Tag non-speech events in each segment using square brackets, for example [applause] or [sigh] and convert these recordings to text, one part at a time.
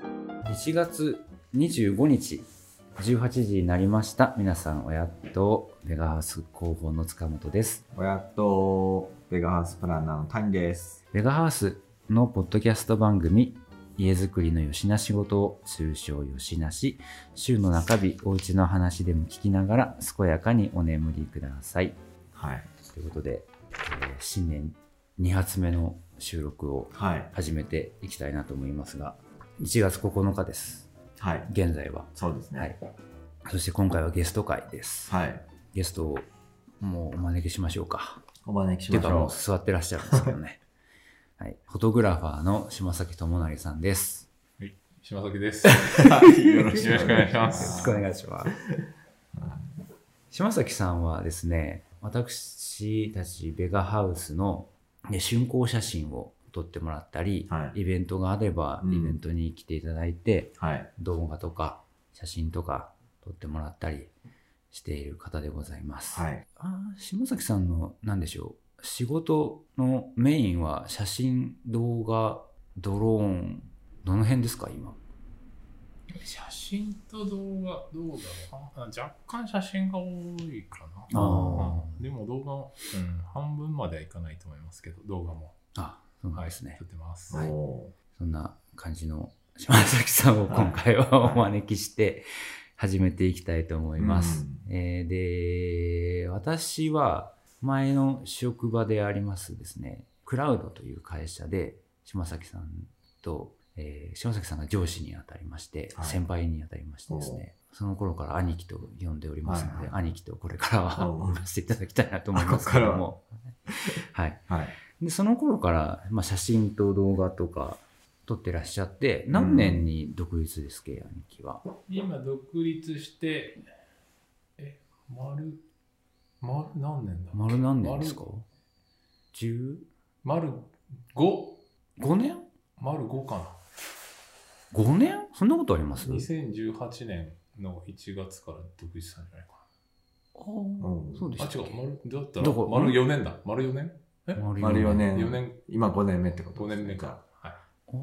1月25日18時になりました皆さんおやっとベガハウス広報の塚本です親とベガハウスプランナーの谷です。ベガハウスのポッドキャスト番組家づくりのよしな仕事を通称よしなし週の中日おうちの話でも聞きながら健やかにお眠りくださいはい。ということで、えー新年2発目の収録をはい。始めていきたいなと思いますが1月9日ですはい。現在はそうですね。はいそして今回はゲスト会です、はい。ゲストをもうお招きしましょうかお招きしていまうしかもょう座ってらっしゃるんですけどね [laughs] はいフォトグラファーの島崎智成さんです島崎です。う。 [laughs] よろしくお願いしまよろすしくお願いします島崎さんはですね私たちベガハウスの、ね、竣工写真を撮ってもらったり、はいイベントがあればうんイベントに来ていただいて、はい。動画とか写真とか撮ってもらったりしている方でございます、はい。あー島崎さんの何でしょう仕事のメインは写真動画ドローンどの辺ですか今 [laughs] 写真と動画、どうだろうあ若干写真が多いかな。あうんでも動画も、うん、半分まではいかないと思いますけど、動画も。あそうなんですね、撮ってます。おはい。おそんな感じの島崎さんを今回ははいお招きして始めていきたいと思います。うえーで、私は前の職場でありますですね、クラウドという会社で島崎さんと、えー島崎さんが上司にあたりまして、はい先輩にあたりましてですね、その頃から兄貴と呼んでおりますので、はい兄貴とこれからはおう呼ばせていただきたいなと思いますけども、はい。ー。はい。でその頃から、まあ、写真と動画とか撮ってらっしゃって何年に独立ですけ、兄貴は今、独立して、え、丸、丸何年だ丸何年ですか ?15 丸5、年丸5かな。 5年そんなことあります2018年の1月から独立したんじゃないかあーうんそうでな。あ、したっけ違う、丸、だったらどこ丸4年だ。丸4年え丸四年4年、今5年目ってこと5年目か。はい。あー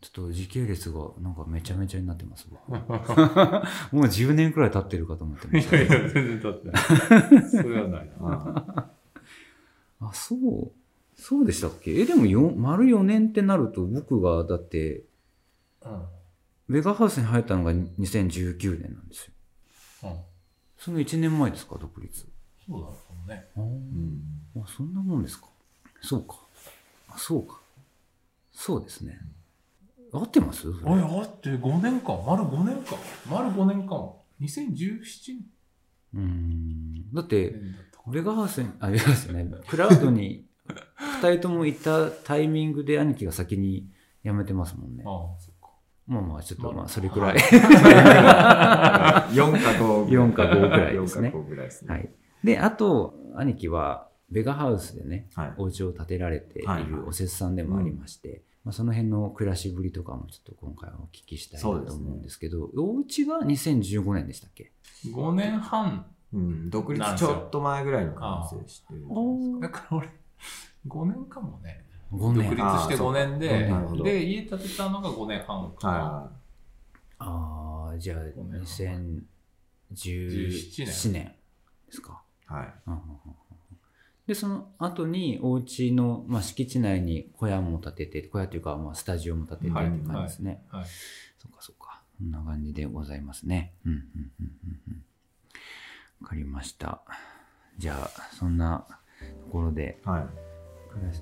ちょっと時系列がなんかめちゃめちゃになってます僕もう10年くらい経ってるかと思ってまいしやたいや、全然経ってない。それはないな。ああそうそうでしたっけえでもよ丸4年ってなると僕がだってうん。ベガハウスに入ったのが2019年なんですようん。その1年前ですか、独立。そうだろうね。あ、ーうんそんなもんですか。そうか。あ、そうか。そうですね。合ってますそれおい、あって5年間、丸5年間、丸5年間、2017うーん。だって、年だったかベガハウスに、あ、ベガハウスじゃない、クラウドに2人ともいたタイミングで兄貴が先に辞めてますもんねな。。ああ、そっか。まあまあ、ちょっとまあまあ、それくらい。 4か5 4か5ぐらいですね4か5ぐらいですね。はい。で、あと、兄貴は、ベガハウスでね、はい。お家を建てられていはいはいるおせっさんでもありまして、まあ、その辺の暮らしぶりとかもちょっと今回はお聞きしたいなとそ思うですねうんですけどお家が2015年でしたっけ5年半、うん。独な立んでちすよょっと前ぐらいの完成してる。だから俺、5年かもね。 5独立年ああして5年そうでなるほ、どで、家建てたのが5年半かな。はああじゃあごめん2017年ですか、い。はい。うんうんうんうんでその後にお家のまあ、敷地内に小屋も建てて小屋というかまあスタジオも建ててってはい感じですね、はい。そっかそっか。そんな感じでございますね。うんうんうんうんうん。わかりました。じゃあ、そんなところではい。暮らし、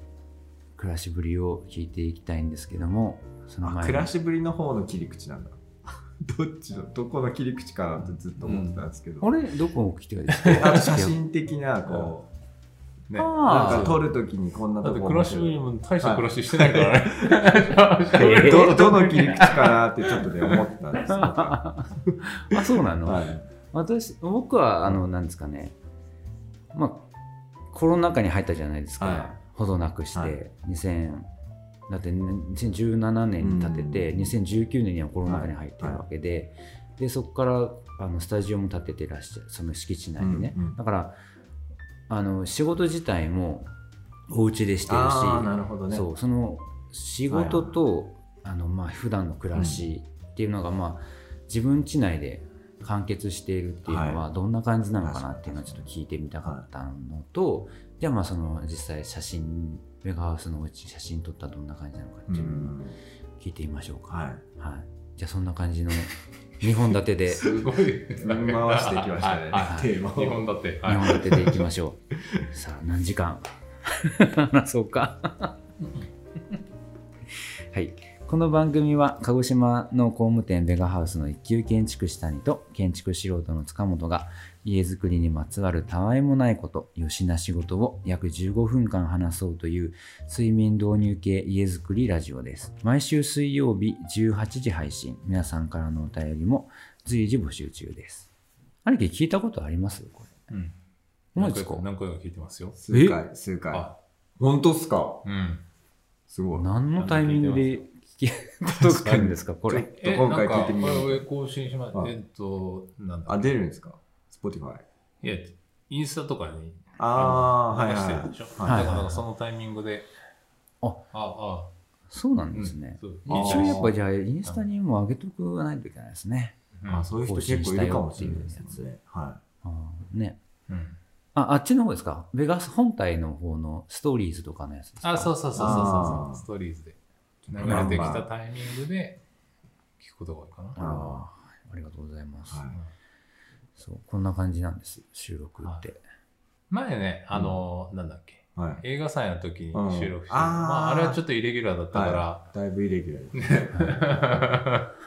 暮らしぶりを聞いていきたいんですけども、そのあ前暮にらしぶりの方の切り口なんだ [laughs] どっちのどこの切り口かなってずっと思ってたんですけど、あれどこを聞きたいですか [laughs] あと写真的なこう、ね、あーなんか撮るときにこんなだとってこ暮らしより面も大した暮らししてないからね。白いもどどの切り口かなってちょっとね思ってたんで [laughs] すよ、は [laughs] あ、そうなの、い、私、僕は、あの、なんですかね、まあ、コロナ禍に入ったじゃないですか、はほどなくして、はい2000だってね2017年に建てて、うん2019年にはコロナ禍に入ってるわけで、でそこからあのスタジオも建ててらっしゃるその敷地内にね、うんうんだからあの仕事自体もお家でしてるしああなるほどねそうその仕事と、あのまあ普段の暮らしっていうのが、まあ、自分家内で完結しているっていうのはどんな感じなのかなっていうのはちょっと聞いてみたかったのと、じゃあまあその実際写真メガハウスのうち写真撮ったらどんな感じなのかっていうのを聞いてみましょうか、はい。はい、じゃあそんな感じの2本立てで2すごい。回して回してきましたねテーテーママ。を日本だって。はい本立てでいきましょ [laughs] うさあ何時間 [laughs] 話そうか [laughs] はい、この番組は鹿児島の工務店ベガハウスの一級建築士谷と建築素人の塚本が家づくりにまつわるたわいもないことよしな仕事を約15分間話そうという睡眠導入系家づくりラジオです毎週水曜日18時配信皆さんからのお便りも随時募集中です兄貴聞いたことありますこれうん思いですか何回か聞いてますよ。数回、数回。あ、本当っすかうん。すごい。何のタイミングで聞け [laughs] ことがあるんですかこれちょっと今回聞いてみなんかよこれう。上更新しますあ。えっと、なんだあ、出るんですか ?Spotify。いや、インスタとかにあー、はい流してはるいで。しょ。だはいはいからなんかそのタイミングで。ああ、あ、そうなうんんですね、そうあー一応やっぱじゃあインスタにも上げとくないといけないですね。うんあ、そういう人結構いるかもしれないですね。はあーね。うんあ、あっちの方ですかベガス本体の方のストーリーズとかのやつですかあ、そうそうそうそうあーそう。ストーリーズで。流れてきたタイミングで聞くことが多いかな。あーありがとうございます、はいそう。こんな感じなんです、収録って。前ね、あの、なんだっけ。い。はい。映画祭の時に収録して、うんあーまあ、あれはちょっとイレギュラーだったかだいぶイレギュラーです。ら、 [laughs]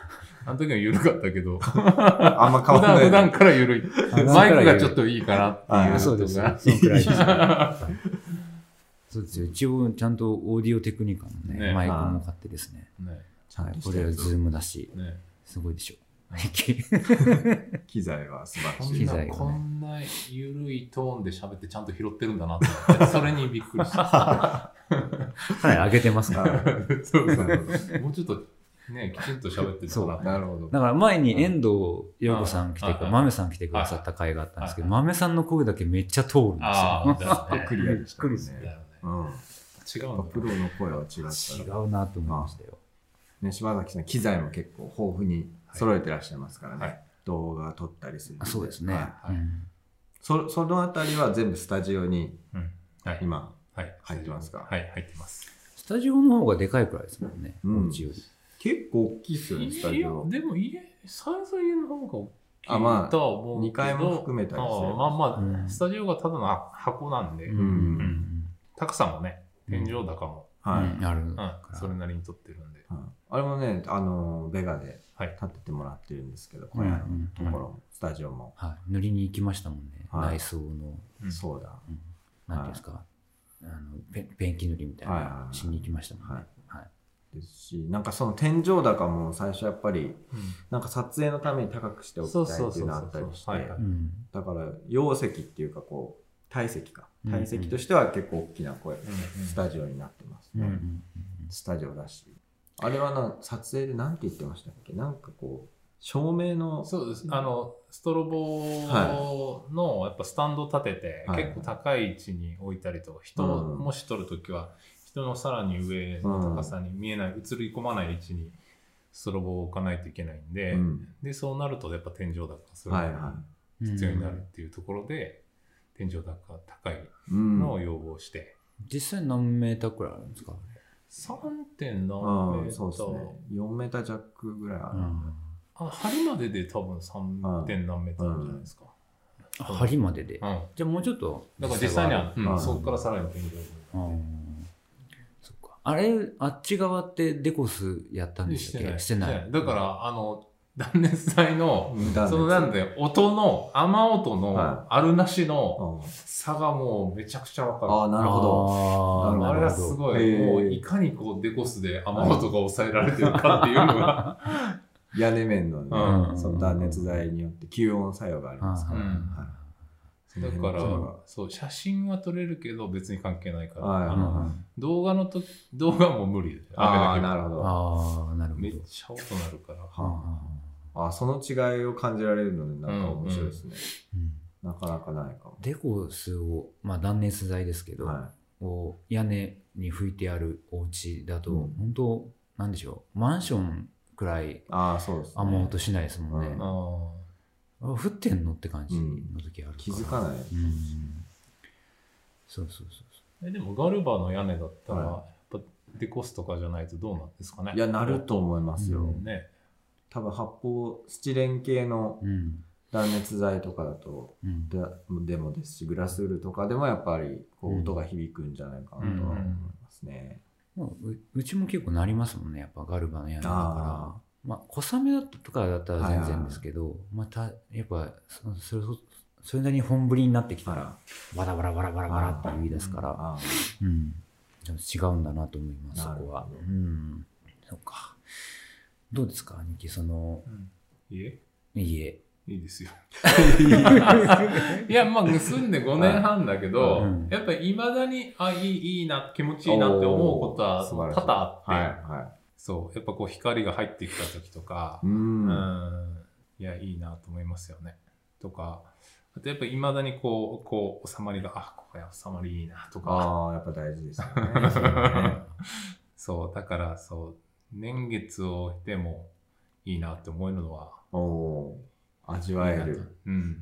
あの時は緩かったけど、普あんま変わん段ない。 [laughs] 普段から緩い。段マイクがちょっといいかなっていあうそうこでとすが。そのくらいです [laughs] そうですよ。一応ちゃんとオーディオテクニカのね、ねマイクも買ってですね。ねちゃはんい、とこしれはたズームだし、ねすごいでしょ。機材は素晴らこしんい機。材な、がねこんな緩いトーンで喋ってちゃんと拾ってるんだなと思 [laughs] って、それにびっくりした。かなり上げてますから。そうそうもうちょっとね、きちんと喋ってたそうら。なるほど。だから前に遠藤陽子さん来てうんく、うんまめさん来てくださった回があったんですけど、うんまめさんの声だけめっちゃ通るんですあよ。あ、だよねクリアでしたね。だよねうん。違やうっぱのプロの声は違違ったら。うなと思いましたよ。ね、柴崎さん、機材も結構豊富に揃えてらっしゃいますからね。はい動画撮ったりするん。あそうですね。はいはいうんそそのあたりは全部スタジオにうんはい今、はい入ってますかはい、入ってます。スタジオの方がでかいくらいですもんね、うんお家より。結構大きいっすよね、スタジオい。やでも家、サイズは家の方が大きあまあいとは思うけど。二階も含めたりすればあまあまあ、うんスタジオがただの箱なんで、うんん高さもね、天井高も、はい。うんあるうんから。それなりに取ってるんで。はいあれもね、あの、ベガではい立ててもらってるんですけど、うんこれのところも、スタジオも。はい塗りに行きましたもんね、はい内装の、うんそうだ。なんていうんですか、あのペンペンキ塗りみたいはいはいなはいしに行きましたもんね。はいですし、なんかその天井高も最初やっぱり、うんなんか撮影のために高くしておきたいっていうのあったりそうそうそうしてそうはいは、いうんだから、容積っていうか、こう、体積か。うん体積としては結構大きな声、うんうんスタジオになってますうんうね。んスタジオだし。あれはな、撮影でなんて言ってましたっけなんかこう、照明の、そうです。あの、ストロボのやっぱスタンド立てて、はい結構高い位置に置いたりとか、人を、うんもし撮るときは、人のさらに上の高さに見えない、映り込まない位置にストロボを置かないといけないんで、うんで、そうなるとやっぱ天井高するはいはうん必要になるっていうところで、天井高高いい。うんのを要望して、実際何メーターくらいあるんですか、 3.7うメん、ーそうですタねー。 4メーター弱ぐらいある。あ針までで多分 3. 点何メーターあるんじゃないですか。あ針までで。うん。じゃあもうちょっとだから実際には、んうんそこからさらに天井あーそっか。あれ、あっち側ってデコスやったんでしたっけしてない。だから、あの、断熱材の、うん断熱そのなんで、音の、雨音はの、あるなしのうん差がもうめちゃくちゃわかる。ああ、なるほど。あーななあれるはほすどごへい、ーもういかにこうデコスで雨音が抑えられてるかっていう [laughs] のが、屋根面のうね、んその断熱材によって吸音作用がありますから。うんはいそのだ辺のから作用が、そう、写真は撮れるけど別に関係ないから、はいあの動画のとき動画も無理で、ああ、雨だなるほど。あああ、なるけほめっど。ちゃ音なるから。あーあ、その違いを感じられるので、なんか面白いですね。うんなかなかないかも。デコスを、まあ、断熱材ですけど、はを屋根に拭いてあるお家だと、うん本当なんでしょうマンションくらいああ、そうです、ね。雨音しないですもんねう。んあーあ降ってんのって感じの時あるから、気づかない。うんそうそうそうそう。えでもガルバの屋根だったら、はやっぱデコスとかじゃないとどうなんですかねいや、なると思いますよ。うんね多分発泡、スチレン系のうん。断熱材とかだと、うん。ででもですし、グラスウールとかでもやっぱりこううん音が響くんじゃないかなとは思いますね。まあ、ううちも結構なりますもんね、やっぱガルバの屋根だからあ。まあ、小雨だったとかだったら全然ですけど、また、やっぱ、そそれこそ、それなりに本降りになってきたあら、ら、わらわらわらわらわらって言い出すから、あうん。でも違うんだなと思います、そなるこほどは。うん。そうか。どうですか、兄貴、その、いえ家。いいですよう [laughs] いやまあ盗んで5年半だけど、うんやっぱりいまだにあいいいいな気持ちいいなって思うことはおー素晴らしい多々あって、はい、はそうやっぱこう光が入ってきた時とかい。う。うんんいやいいなと思いますよねとかあとやっぱりいまだにこうこう収まりがあここが収まりいいなとかああ、やっぱ大事ですよね。 [laughs] そう、だからそう、年月を経てもいいなって思えるのは、おおー、味わえる。うん、ん。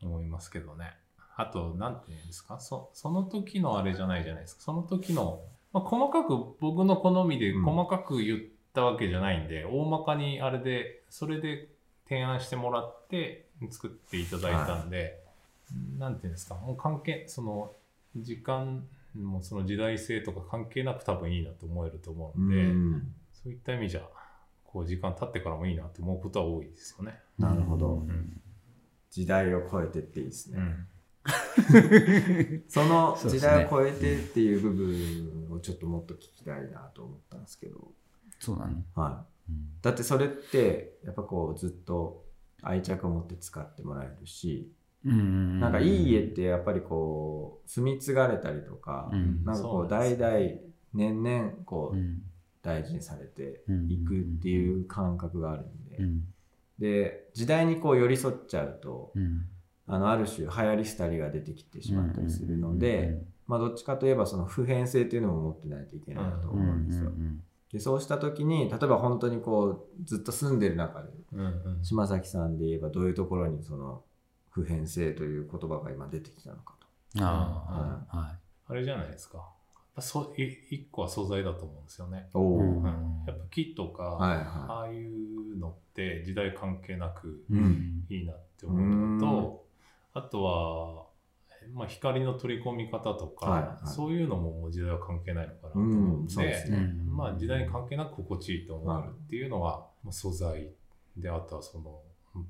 思いますけどね。あと、なんていうんですかそ、その時のあれじゃないじゃないですか。その時の、まあ、細かく僕の好みでうん細かく言ったわけじゃないんで、大まかにあれで、それで提案してもらって作っていただいたんで、なんていうんですか、もう関係、その、時間もその時代性とか関係なく多分いいなと思えると思ううんで、ん。そういった意味じゃ、こう時間経ってからもいいなと思うことは多いですよね。なるほどうん時代を超えてっていいですね。ん。そのそうで時すね代を超えてっていう部分をちょっともっと聞きたいなと思ったんですけど。そうなのはうんい。だってそれって、やっぱこうずっと愛着を持って使ってもらえるし、うんなんかいい家ってやっぱりこう住み継がれたりとか、うんなんかこそううなんで代すね々年々こううん大事にされてうんいくっていう感覚があるんで、うんで、時代にこう寄り添っちゃうと、うんあのある種流行り廃りが出てきてしまったりするので、まあ、どっちかといえばその普遍性っていうのも持ってないといけないなとうんう思んうんですよ。でそうした時に例えば本当にこうずっと住んでる中でうんうん。島崎さんで言えばどういうところにその普遍性という言葉が今出てきたのかと。うんあはあはあれじゃないですか。やっぱそい一個は素材だと思うんですよね。い、おお、うんうん、やっぱ木とか、はいあはあいうのって時代関係なくいうんいいなって思うのと、あとは、まあ、光の取り込み方とか、はいはいそういうのももう時代は関係ないのかなとい。う思うんん、で,、そうですね。まあ、時代に関係なく心地いいと思えるっていうのは、まあ素材であとはその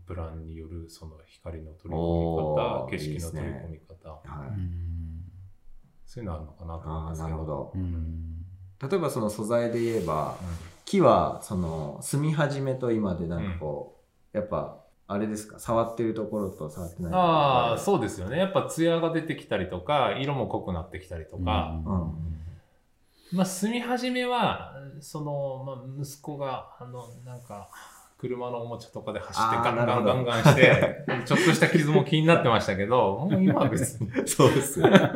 プランによるその光の取り込みお方ー景色の取りいい込み方うはい、んそういうのあるのかなと思いあまあすなけるどほど。うん例えばその素材で言えばうん木はその住み始めと今でなんかこう、やっぱあれですか触ってるところと触ってないところああ、そうですよね。やっぱ艶が出てきたりとか、色も濃くなってきたりとか、うんまあ住み始めは、その、まあ息子が、あの、なんか、車のおもちゃとかで走ってあーガンガなるンほどガンガンして、 [laughs] ちょっとした傷も気になってましたけど、もう今は別に。 [laughs] そうですよ。やっ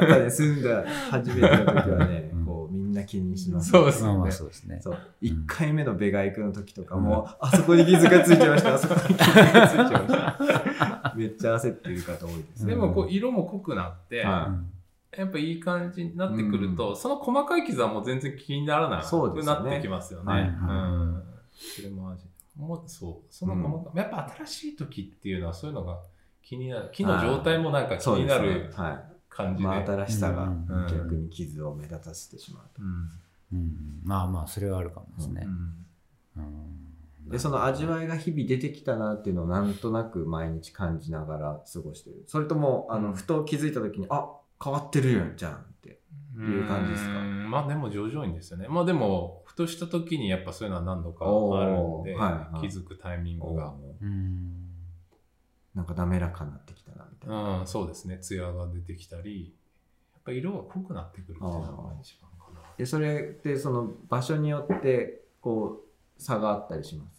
ぱね、住んだ初めての時はねうん、こう、みんな気にします。そうですまあよまあね。そうですねそう。1回目のベガ行くの時とかも、あそこに傷がついてました、あそこに傷がついてまし [laughs] た。めっちゃ焦ってる方多いですね。でもこう、色も濃くなって、はうんやっぱいい感じになってくると、その細かい傷はもう全然気にならなそうくですなよねってきますよね。はいはいうん。それも味。もうそう。その細かい、やっぱ新しい時っていうのはそういうのが気になる。木の状態もなんか気そうにですなねるは感い。じで。真新しさうがん逆に傷を目立たせてしまううん。うんまあまあそれはあるかもですうねんうんと。で、その味わいが日々出てきたなっていうのをなんとなく毎日感じながら過ごしてる。それとも、あうんの、ふと気づいた時に、あ、変わってるよじゃんって。いう感じですかうんまあでも徐々にですよね。まあでも、ふとした時にやっぱそういうのは何度かあるんおーで、はいはい気づくタイミングが。うんなんか滑らかになってきたなみたいな。うん、そうですね。ツヤが出てきたり、やっぱ色が濃くなってくるっていうのが一番かな。でそれってその場所によってこう差があったりします。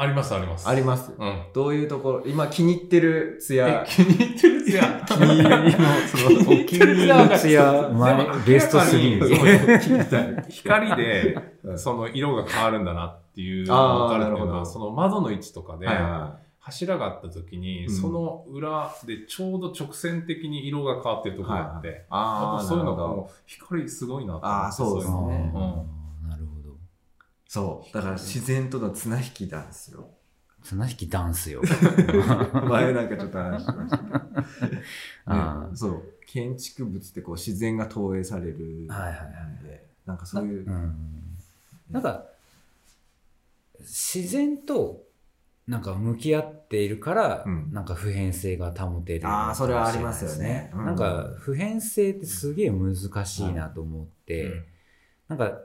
ありますあります。あります。うん。どういうところ、今気に入ってるツえヤ、気に入ってる [laughs] ツヤ。気に入りの、その、お気に入りのツヤ、前ベスト3そう聞 [laughs] きたい。光 [laughs] でうんその色が変わるんだなっていうのが分かるっていうのあーなるほどはその窓の位置とかではいは柱があった時に、うんその裏でちょうど直線的に色が変わってるところがあって、い。あやっあ、ぱそういうのがなるほどもう光すごいなと思ってあーそうですねいのなるほど。そう。だから自然との綱引きなんで [laughs] すよ。綱引きダンスよ。前なんかちょっと話しましたけど。あうんそう。建築物ってこう自然が投影される。はいはいはいなんで、なんかそういうーう。んなんか、自然と、なんか向き合っているから、うんなんか普遍性が保てるのかもしれないですね。あーそれはありますよねうんなんか普遍性ってすげえ難しいなと思って、うんなんか、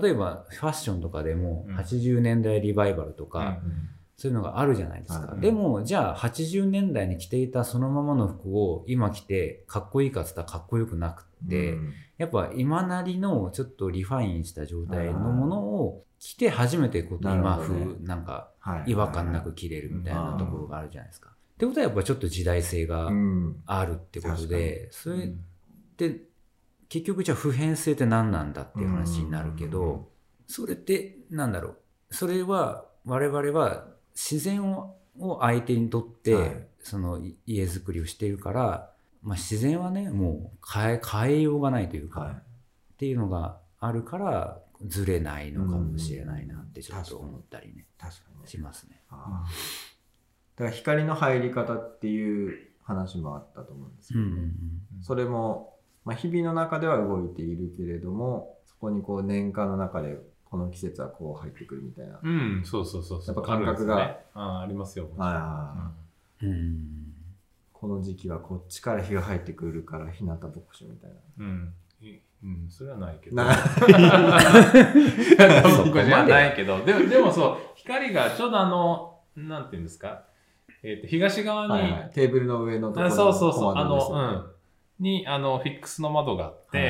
例えばファッションとかでもうん80年代リバイバルとか、うんそういうのがあるじゃないですか。はいでも、じゃあ80年代に着ていたそのままの服を今着てかっこいいかっつったらかっこよくなくって、うんやっぱ今なりのちょっとリファインした状態のものを着て初めてこうなる今ほど風ねなんかはい違和感なく着れるみたいなところがあるじゃないですか。ってことはやっぱちょっと時代性がうん。あるってことで、それっうんて結局じゃあ普遍性って何なんだっていう話になるけうんうんうんうんど、それってなんだろう。それは我々は自然をを相手にとって、はいそのい家づくりをしているから、まあ、自然はね、もう変え、変えようがないというか、はい。っていうのがあるからずれないのかもしれないなってちょっと思ったりね、確かにね。しますね。あーだから光の入り方っていう話もあったと思うんですけうど、んうんうんそれも、まあ、日々の中では動いているけれどもそこにこう年間の中でこの季節はこう入ってくるみたいな、うん、うんそうそうそうそう。やっぱ感覚があるんですねあーありますよ。はいはいうんはいうんこの時期はこっちから日が入ってくるから日向ぼっこしみたいな。うん。いうん、それはないけど。なそこじゃないけど、でも、でもそう、光がちょうどあの、なんていうんですか、えっ、と、東側に、はいはいテーブルの上のところあのそうそうそう、コマあンドですの、ようん。に、あの、フィックスの窓があって、は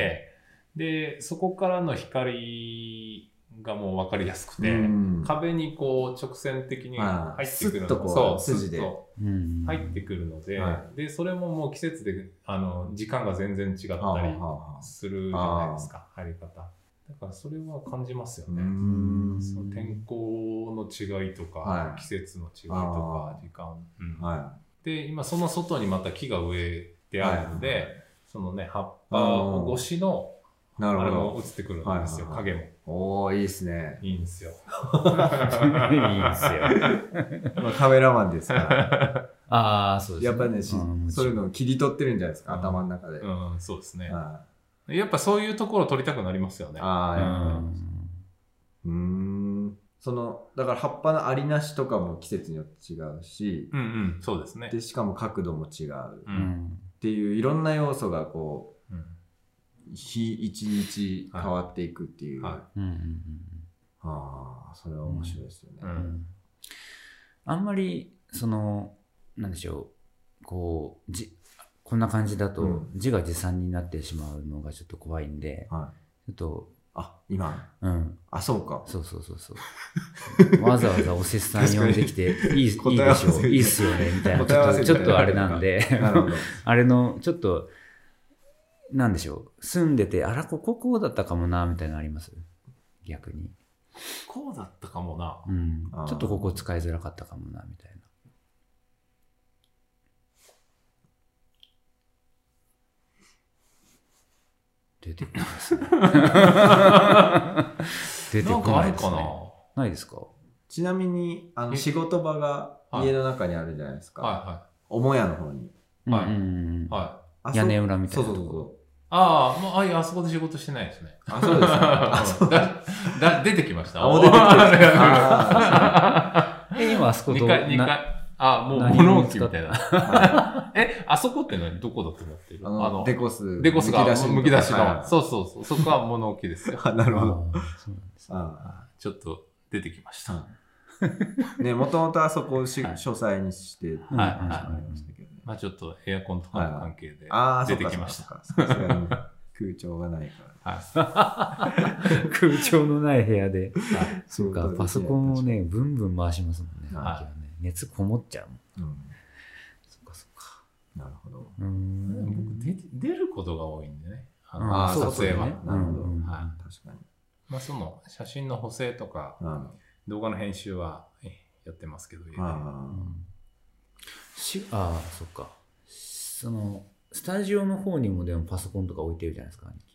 で、そこからの光がもう分かりやすくて、うん壁にこう直線的にああ入ってくるスッとこうそう、筋でスッとうん入ってくるので、はで、それももう季節で、あの、時間が全然違ったりはあはあはあするじゃないですか、入り方。だからそれは感じますようね。んその天候の違いとか、はい季節の違いとあか、時間。うんはで今その外にまた木が植えてあるので、はいはいそのね葉っぱ越しのい。なあるれほも映ってくるんですよ、はいはい影もど。おー、いいですね。いいん [laughs] ですよいいんですよ。まあ、カメラマンです [laughs] から。ああ、そうですやっぱりね、しうんそういうのを切り取ってるんじゃないですか、うん頭の中で。うんそうですねあやっぱそういうところを撮りたくなりますよねあー、やっぱりうんうーん。その、だから葉っぱのありなしとかも季節によって違うし、うんうんそうですねで、しかも角度も違うっうんていういろんな要素がこうんう、日一日変わっていくっていう。はうんうんうんああ、それは面白いですよね。ううんんうんあんまり、その、なんでしょう、こう、じこんな感じだうとん字が自賛になってしまうのがちょっと怖いんで、はい。ちょっと、あ、今。うん、あ、そう [laughs] か。そうそうそうそう。わざわざおせっさん呼んで [laughs] きて、いいいいでしょ答え合わせみたう、いいいっすよね、みたいな。ち答え合わょっせとちみたょいなっとあれなんで、なるほど。あれの、ちょっと、なんでしょう、住んでて、あら、こここうだったかもな、みたいなのあります逆に。こうだったかもなうんあー。ちょっとここ使いづらかったかもな、みたいな。出てこないですね。 [laughs] 出てなこんかあないでるかすな、ね。ないですかちなみに、あの、え仕事場がはい家の中にあるじゃないですか。は母屋の方に。はいうんうんうんいはいはいあそ屋根裏みたいなそうとそうこそああ、もう、あいや、あそこで仕事してないですね。うそう。あ、そう [laughs] ですか。あ、そうだだ出てきました。あもう出てきてるあえ今あそこど二う階、二な階。あ、もう物置みたいな。え、あそこって何どこだと思ってるああのの、デコス。デコスがのむき出しはの。いそうそうそう。そこは物置ですよ。あなるほど。あーそうなんですねあちょっと出てきましあた。ね、もともとはそこをしはい書斎にして、うんはいうんはいありましたけどねまあちょっとエアコンとかの関係でああ、そ出うてかきそうまかしそうた。か。さすがに [laughs] 空調がないから。はい。空調のない部屋で。そそうか、パソコンをね、ブンブン回しますもんね。はい秋はね熱こもっちゃうもん。うん。そっかそっか。なるほど。うーん僕。出て、出ることが多いんでね。あのあーそう撮影は。そうねなるほど。うんうんはい確かに。まあ、その写真の補正とか、うん動画の編集はえやってますけど、家でうあんしああ、そっか。その、スタジオの方にもでもパソコンとか置いてるじゃないですか、兄貴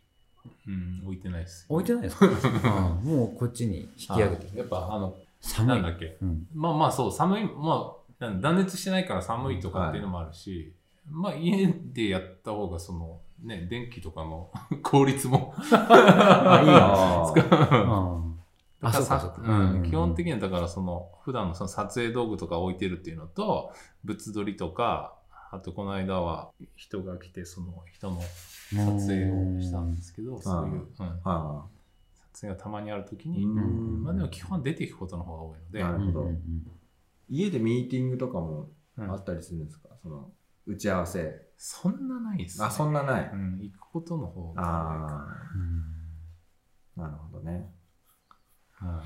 うん、置いてないです。置いてないですかああもうこっちに引き上げてきあて。やっぱ、あの、な寒んいだ。っけ。うん。まあまあそう、寒い、まあ、なん断熱してないから寒いとかっていうのもあるし、まあ家でやった方が、その、ね、電気とかの [laughs] 効率も。 [laughs] あ、いいあ。な。ああ。うんあ、そうかそうか。うん基本に的にはだからその、普段のその撮影道具とか置いてるっていうのと、物撮りとか、あとこの間は人が来て、その人の撮影をしたんですけど、そういう、うんあ撮影がたまにあるときあ。に、んまあでも基本出ていくことの方が多いので、なるほどうんうん家でミーティングとかもうんあったりするんですかその、打ち合わせ。そんなないです、ね。あ、そんなない。うん、行くことの方が多いかあうんうんあ。なるほどね。な。うん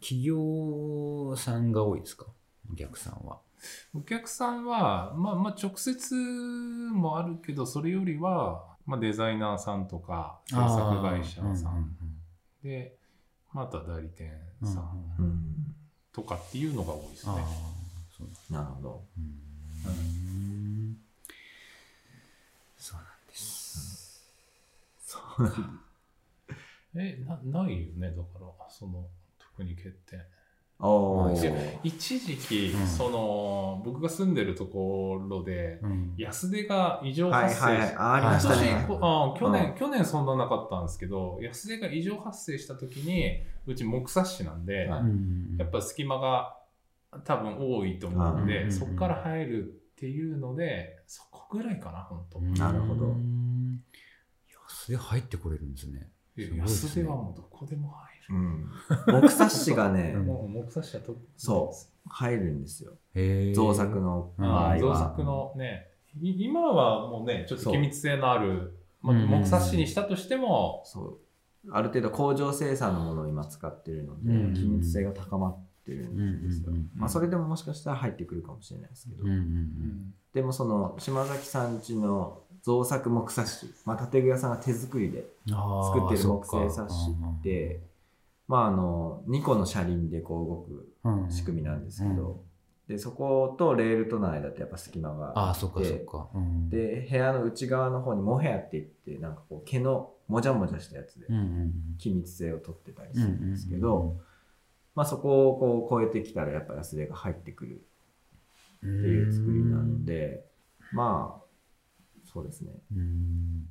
企業さんが多いですかお客さんは。お客さんは、まあまあ直接もあるけど、それよりは、まあデザイナーさんとか、制作会社さんで、また代理店うんうんうん。さうんうんんうん。とかっていうのが多いですああね。、そうなんだなるほど。うんそうなんです。そうなんだえ、なないよね、だから、その、特に欠点。おいーや一時期、うんその、僕が住んでるところで、うん安出が異常はい発生しはいはい。あありました今ね年。こあ去年、う去年そんななかったんですけど、安出が異常発生した時に、うち木サッシなんで、はいうんやっぱ隙間が多分多いと思うんで、うんそこから入るっていうので、そこぐらいかな、本当。なるほどうん安で入ってこれるんですね。いや安出はもうどこでも入る。うん。木サッシがね、うんもう木サッシはとそ入るんですよ。へえ造作。のうん場合あは。造作のね、い今はもうね、ちょっとそう気密性のある、まあ、うん木サッシにしたとしても、そう。ある程度工場生産のものを今使ってるので、うん気密性が高まってるんですよ。うんうんうんまあ、それでももしかしたら入ってくるかもしれないですけど、うんうんでもその島崎さん家の造作木サッシ、まあ、建具屋さんが手作りでうん。ああ作ってる木製そっサッかシって、まあ、あの2個の車輪でこう動くうんうん仕組みなんですけうんど、でそことレールとの間ってやっぱ隙間があああ、ってそっかそっか。うん、で部屋の内側の方にモヘアって言ってなんかこう毛のもじゃもじゃしたやつでうんうん気密性を取ってたりうすん、るんですけど、まあ、そこをこう越えてきたらやっぱ安出が入ってくるてっていう作りなの、で、まあ、そうですね。うん、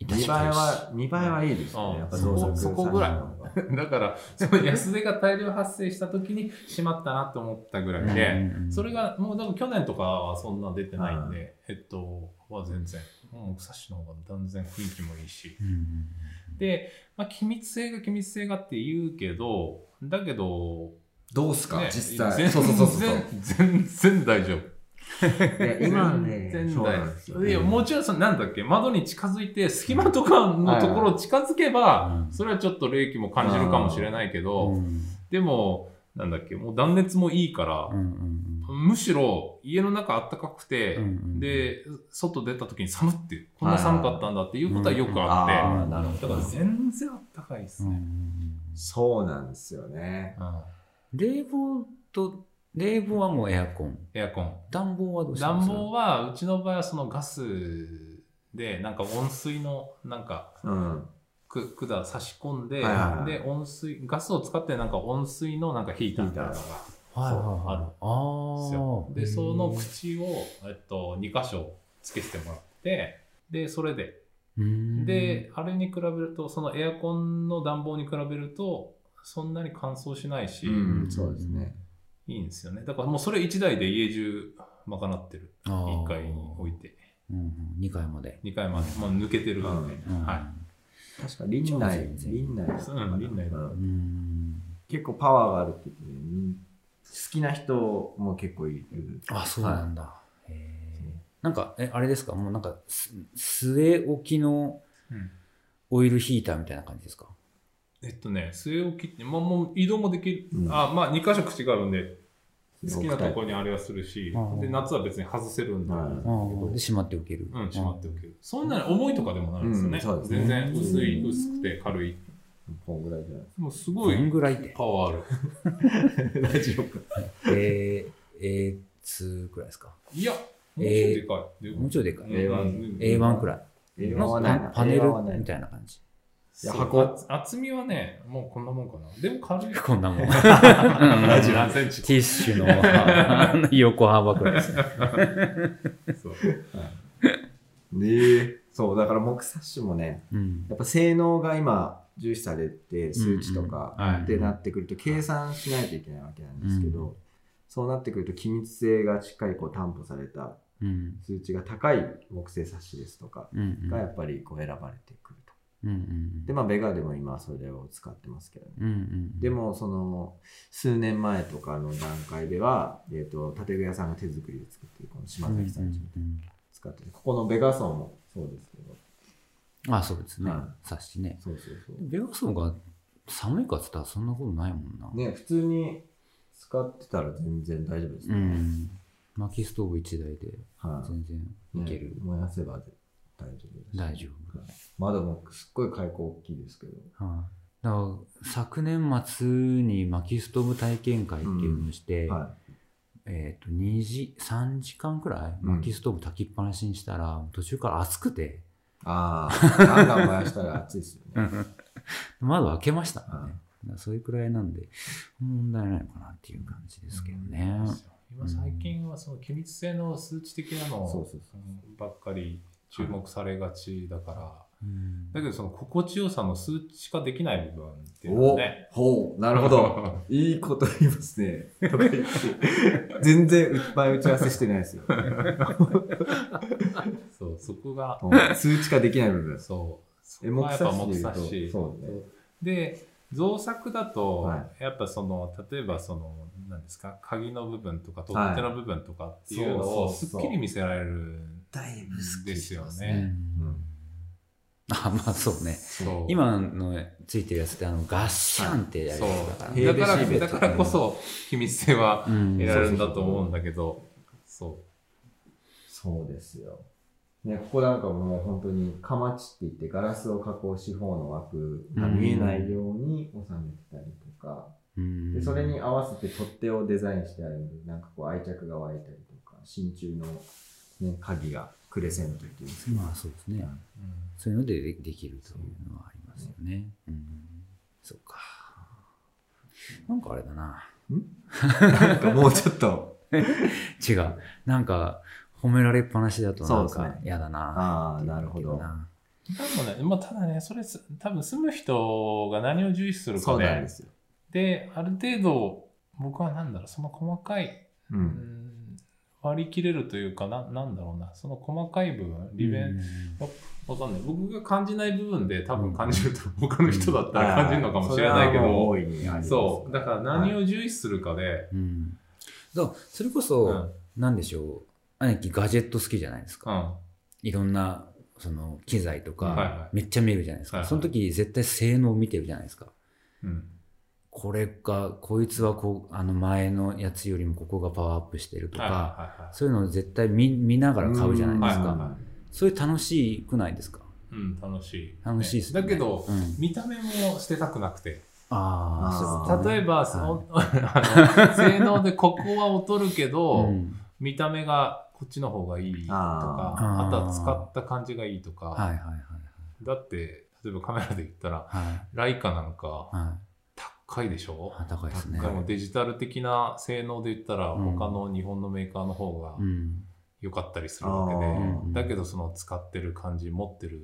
見栄えは、見栄えはいいですようんね。やっぱそこ造作そこぐらいさんの方が [laughs] だから、その安出が大量発生した時にしまったなと思ったぐらいで、それが、もう、でも去年とかはそんな出てないんで、えっと、は全然、もう、サッシの方が断然雰囲気もいいし。うんうんで、まあ、機密性が機密性がって言うけど、だけど、どうすか、ね実際。全そうそうそうそう。 [laughs] 全全然大丈夫。で今ね、全然そう大なんです丈よ夫。いや、もちろんその、なんだっけ、窓に近づいて、隙間とかのところを近づけはいばは、いそれはちょっと冷気も感じるかもしれないけうんど、でも、なんだっけ、もう断熱もいいからうんう、んむしろ家の中あったかくてうんう、ん、で、外出た時に寒って、こんな寒かったんだっていうことはよくああっあ、なるほて、だどから。全然あったかいですうんうんうね。ん、そうなんですよね。うん冷房と冷房はもうエアコンエアコン。暖房はどうしてま暖す房は、うちの場合はそのガスで、なんか温水の、なんか、うん。く管差し込んはで、いはいはいで、温水、ガスを使ってなんか温水のなんかヒーターみたいなのはがいはいそうあるはんいああでですよ。で、その口を、えっと、2箇所つけてもらって、で、それでで、あれに比べると、そのエアコンの暖房に比べると、そんなに乾燥しないし、うん、そうですね。いいんですよね。だからもうそれ1台で家中賄ってる。1 1階に置い、て、うんうん、2階まで、 2階まで、もう抜けてるので、うんは確か、林内超、全然林内い。うん、みんないいうる。うんん、結構パワーがあるって言ってね、みん好きな人も結構いる。あそうなんだ、へえなんかえあれですかもうなんかす据え置きのうんオイルヒーターみたいな感じですかえっとね、据え置きって、まあ、もう移動もできる。うんあ、まあ、2箇所違うんで、好きなところ。ろにあれはするしうん、で、夏は別に外せるんだ。うあんーで、しまっておける。うん、しまっておける。そんなに重いとかでもないですよね。うんそうですね全然薄い、薄くて軽い。でこんぐらいじゃないもうすどごんいぐらいって。パワーある。大丈夫か。えー、えー、つくらいですか。いや、もうちょいでかい。もうちょいでかい。 A1 A1 くらい。 A1 なんかはないパな。パネ A1 はなルいみ。たいな感じ。いやそう箱厚厚みはね、もうこんなもんかな。で [laughs] も軽い。こんな [laughs] もん。何十何センチ [laughs] ティッシュのあの横幅くらいですね。そうねえそう、だから目サッシュもね、うんやっぱ性能が今重視されて数値とかうんうんはいってなってくると計算しないといけないわけなんですけど、うそうなってくると気密性がしっかりこう担保されたうん数値が高い木製冊子ですとかうんうんがやっぱりこう選ばれてくると。うんうんでまあベガでも今それを使ってますけどね。うんうんでもその数年前とかの段階では、えっと建具屋さんが手作りで作ってるこの島崎さんちうんうん使っててここのベガソンもそうですけどうんあ、そうですねはい。察しね。そうそうそうベガソンが寒いかっつったらそんなことないもんな。ね普通に使ってたら全然大丈夫ですうね、ん。薪ストーブ一台ではい、全然ねいける。燃やせば大丈夫です大丈夫窓もすっごい開口大きいですけどはいだから昨年末に薪ストーブ体験会っていうのをして、はえー、と2時3時間くらいうん薪ストーブ炊きっぱなしにしたら、途中から暑くていああガンガン燃やしたら暑いですよ [laughs] ね、窓開けましたからね、はいだからそれくらいなんで問題ないのかなっていう感じですけどね、今最近はその機密性の数値的なそうのそうそうばっかり注目されがちだから、うんだけどその心地よさの数値化できない部分っていうのはおね。ほうなるほどいいこと言いますねとか言って全然いっぱい打ち合わせしてない [laughs] ですよ [laughs] そう、そこが、うん数値化できない部分そう。そえこがやっぱ目目差指しし。そうねで、造作だと、はやっぱその、例えばその、何ですか、鍵の部分とか、はい取っ手の部分とかっていうのを、そうそうすそうっきり見せられる。だいですようねんあまあそうねそう今のついてるやつってあのガッシャンってやりそう方だから、ね平だ米から、シーベッだトからこそ、機密性はうん得られるんだと思うんだけど、そそうですよ。ね、ここなんかももう本当に、かまちって言って、ガラスを加工し、方の枠が見えないように収めてたりとか、うんでそれに合わせて取っ手をデザインしてあるんで、なんかこう愛着が湧いたりとか、真鍮の、ね、鍵がクレセントっていうんですけど、まあそうですね、う。うんそういうのででできるというのはありますよね。うん。そうか。なんかあれだな。 [laughs] なんかもうちょっと、違う。なんか、褒められっぱなしだとなんそうでかすね嫌だな。ああ、なるほど。多分ね、まあ、ただね、それす、多分住む人が何を重視するそかうなんでね。すよ。で、ある程度、僕はなんだろう、その細かい、う。うんん割り切れるというかな、なんだろうな、その細かい部分、利便、わかんない。僕が感じない部分で多分感じると、他の人だったら感じるのかもしれないけそはもうど、大いにありますそう、だから何を重視するかで、うん。うん。だからそれこうそん、なんでしょう。兄貴ガジェット好きじゃないですうか。ん、いろんな、その、機材とはいはか、いめっちゃ見るじゃないですはか。いはいその時絶対性能を見てるじゃないですか。うん。これが、こいつはこう、あの前のやつよりもここがパワーアップしてるとはいはか、いはいはいそういうのを絶対見見ながら買うじゃないですうんか。それ楽しくないですかうん、楽しい。楽しいですねだけどう、ん。見た目も捨てたくなくて。あああ、ー例えば、その [laughs] あの性能でここは劣るけど、うん見た目がこっちの方がいいとか、あーあとは使った感じがいいとか、はいはいはいだって、例えばカメラで言ったら、はい。ライカなんかはい。高いでしょ、あ高いですね。でもデジタル的な性能で言ったら、うん他の日本のメーカーの方がうん。良かったりするわけで、うんだけどその使ってる感じ、持ってる、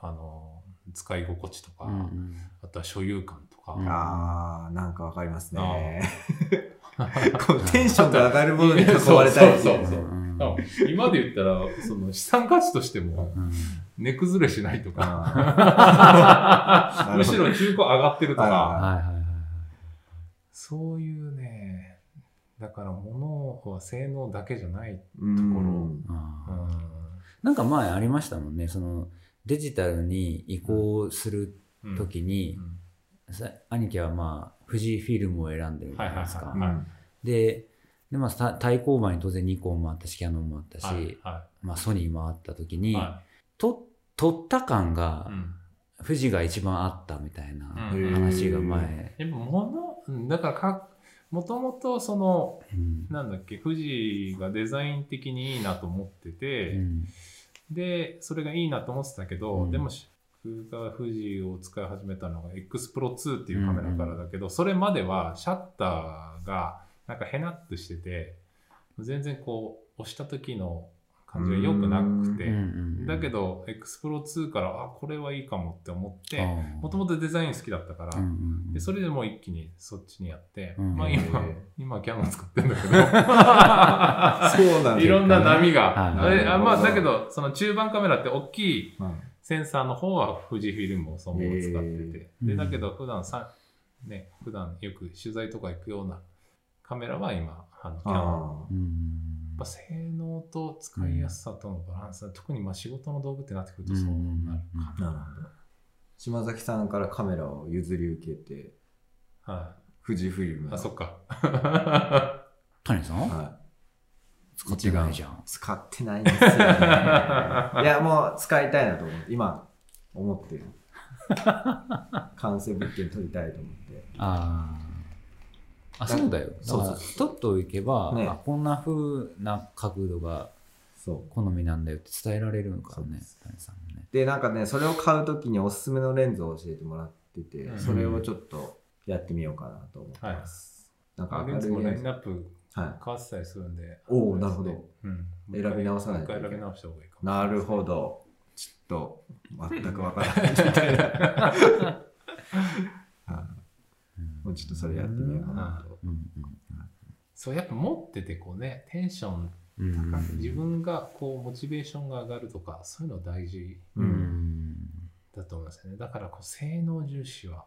あの、使い心地とか、うんうんあとは所有感とか、うんあー、なんかわかりますね。 [laughs] こうテンションが上がるものに囲そわうれたいってそいうそううね。そう。ん多分今で言ったら、その資産価値としてもうん値崩れしないと [laughs] か、あーむしろ中古上がってるとはか、はいはいはいはい。そういうね、だから物は性能だけじゃない。ーうんところあうーんなんか前ありましたもんね、そのデジタルに移行するうん時にう、んさ兄貴はまあ、富士フィルムを選んでるじゃないですか。はいうんで、でまあ、た対抗馬に当然ニコンもあったし、キヤノンもあったし、はいはまあ、ソニーもあった時いに、はと撮った感がいうん富士が一番あったみたいなうん話が前、やっぱものうんだからかもともとそのうんなんだっけ富士がデザイン的にいいなと思ってて、うんでそれがいいなと思ってたけど、うんでも僕が富士を使い始めたのが XPRO2 っていうカメラからだけど、それまではシャッターがなんかへなっとしてて全然こう押した時の感じが良くなくうんうて、んだけど XPRO2 からあこれはいいかもって思っあてーもともとデザイン好きだったから、うんうんでそれでもう一気にそっちにやって、うんまあ今、え今キャノン使ってんだそうなけんだどいろんな波が、はいであまあ、だけどその中盤カメラって大きいはいセンサーの方は富士フィルムをそのまま使ってて、えーうでんだけど普段さ、ね、普段よく取材とか行くようなカメラは今あのキャノンやあうんっぱ性能と使いやすさとのバランス、特にまあ仕事の道具ってなってくるとそうなるかあなるほど島崎さんからカメラを譲り受けてな、は富士フィルいムあそっか谷さんは使ってないじゃんい、使ってないんです [laughs] よ、ね、いやもう使いたいなと思って今思ってる [laughs] 完成物件撮りたいと思ってあーあそうだよそうそうだから撮っておけば、ねあこんな風な角度がそう好みなんだよって伝えられるのからそうねです谷さんもねでなんかねそれを買う時におすすめのレンズを教えてもらってて、うんそれをちょっとやってみようかなと思ってます、なんかレンズ明もるいレンラインズ、ナップは変わってたりするんでおーなるほど、うん、選び直さないもとういけない一回選び直した方がいいかい、もなるほどちょっと全くわからないみたいなはいうんもうちょっとそれやってみようかなとうんそうやっぱ持っててこうねテンションうんうん高く自分がこうモチベーションが上がるとかそういうの大事う [laughs] うんんだと思いますよねだからこう性能重視は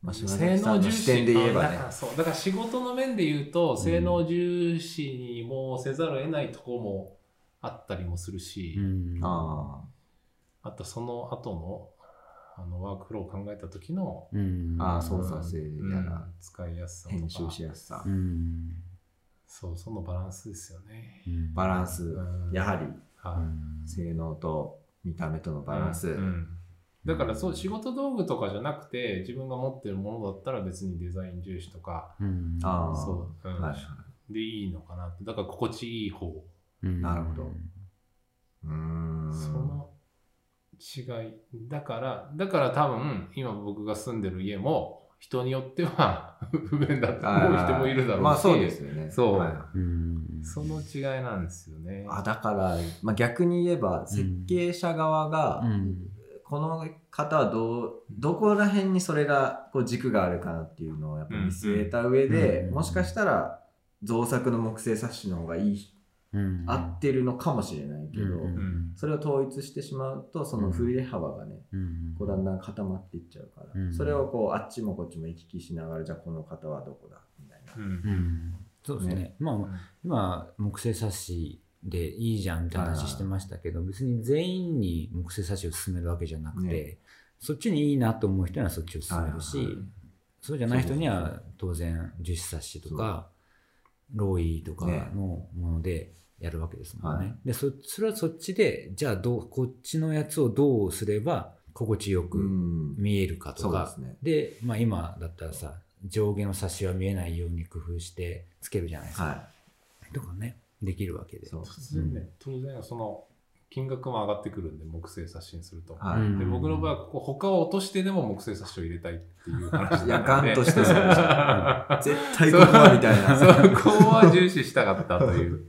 まあ、島性崎さ能んの重視視点で言えばあだねか。らそうだから仕事の面で言うと性能重視にもせざるを得ないとこもあったりもするし、うんああとその後のあのワークフローを考えた時の、うんあ、ああ、操作性うんやら、使いやすさとか編集しやすさう、んそうそのバランスですよね、うんバランス、うんやはりはい性能と見た目とのバランス。うんだからそう仕事道具とかじゃなくて自分が持ってるものだったら別にデザイン重視とかうんああ、そう、うんはいはい。でいいのかなってだから心地いい方うんなるほどうーん。その違いだからだから多分今僕が住んでる家も人によっては [laughs] 不便だと思う人もいるだろうし、まあそうですよね。そうはいうんその違いなんですよねあだから、まあ、逆に言えば設計者側が、うんこの方はどうどこら辺にそれがこう軸があるかなっていうのをやっぱ見据えた上で、うんもしかしたら造作の木製冊子の方がいいうん合ってるのかもしれないけど、うんうんそれを統一してしまうとその振れ幅がね、うんこうだんだん固まっていっちゃうから、うんそれをこうあっちもこっちも行き来しながらじゃあこの方はどこだみたいな、うんうんそうですねねまあうん今木製冊子でいいじゃんみたいなはいは話いしてましたけど別に全員に木製冊子を勧めるわけじゃなくて、ねそっちにいいなと思う人にはそっちを勧めるし、はいはいはそうじゃない人には当然樹脂冊子とかローイとかねのものでやるわけですもんね。はいでそそれはそっちでじゃあどうこっちのやつをどうすれば心地ようくん見えるかとそうでかす、ねでまあ、今だったらさ上下の冊子は見えないように工夫してつけるじゃないですか。はとかねできるわけいで。そう突然ね、当然その金額も上がってくるんで木製刷新すると、はい、うんで僕の場合はここ他を落としてでも木製刷新を入れたいっていう [laughs] 話いやなのガでンとしてそうでしょ絶対こそうこはみたい [laughs] な [laughs] そこは重視したかったと [laughs] いう。そう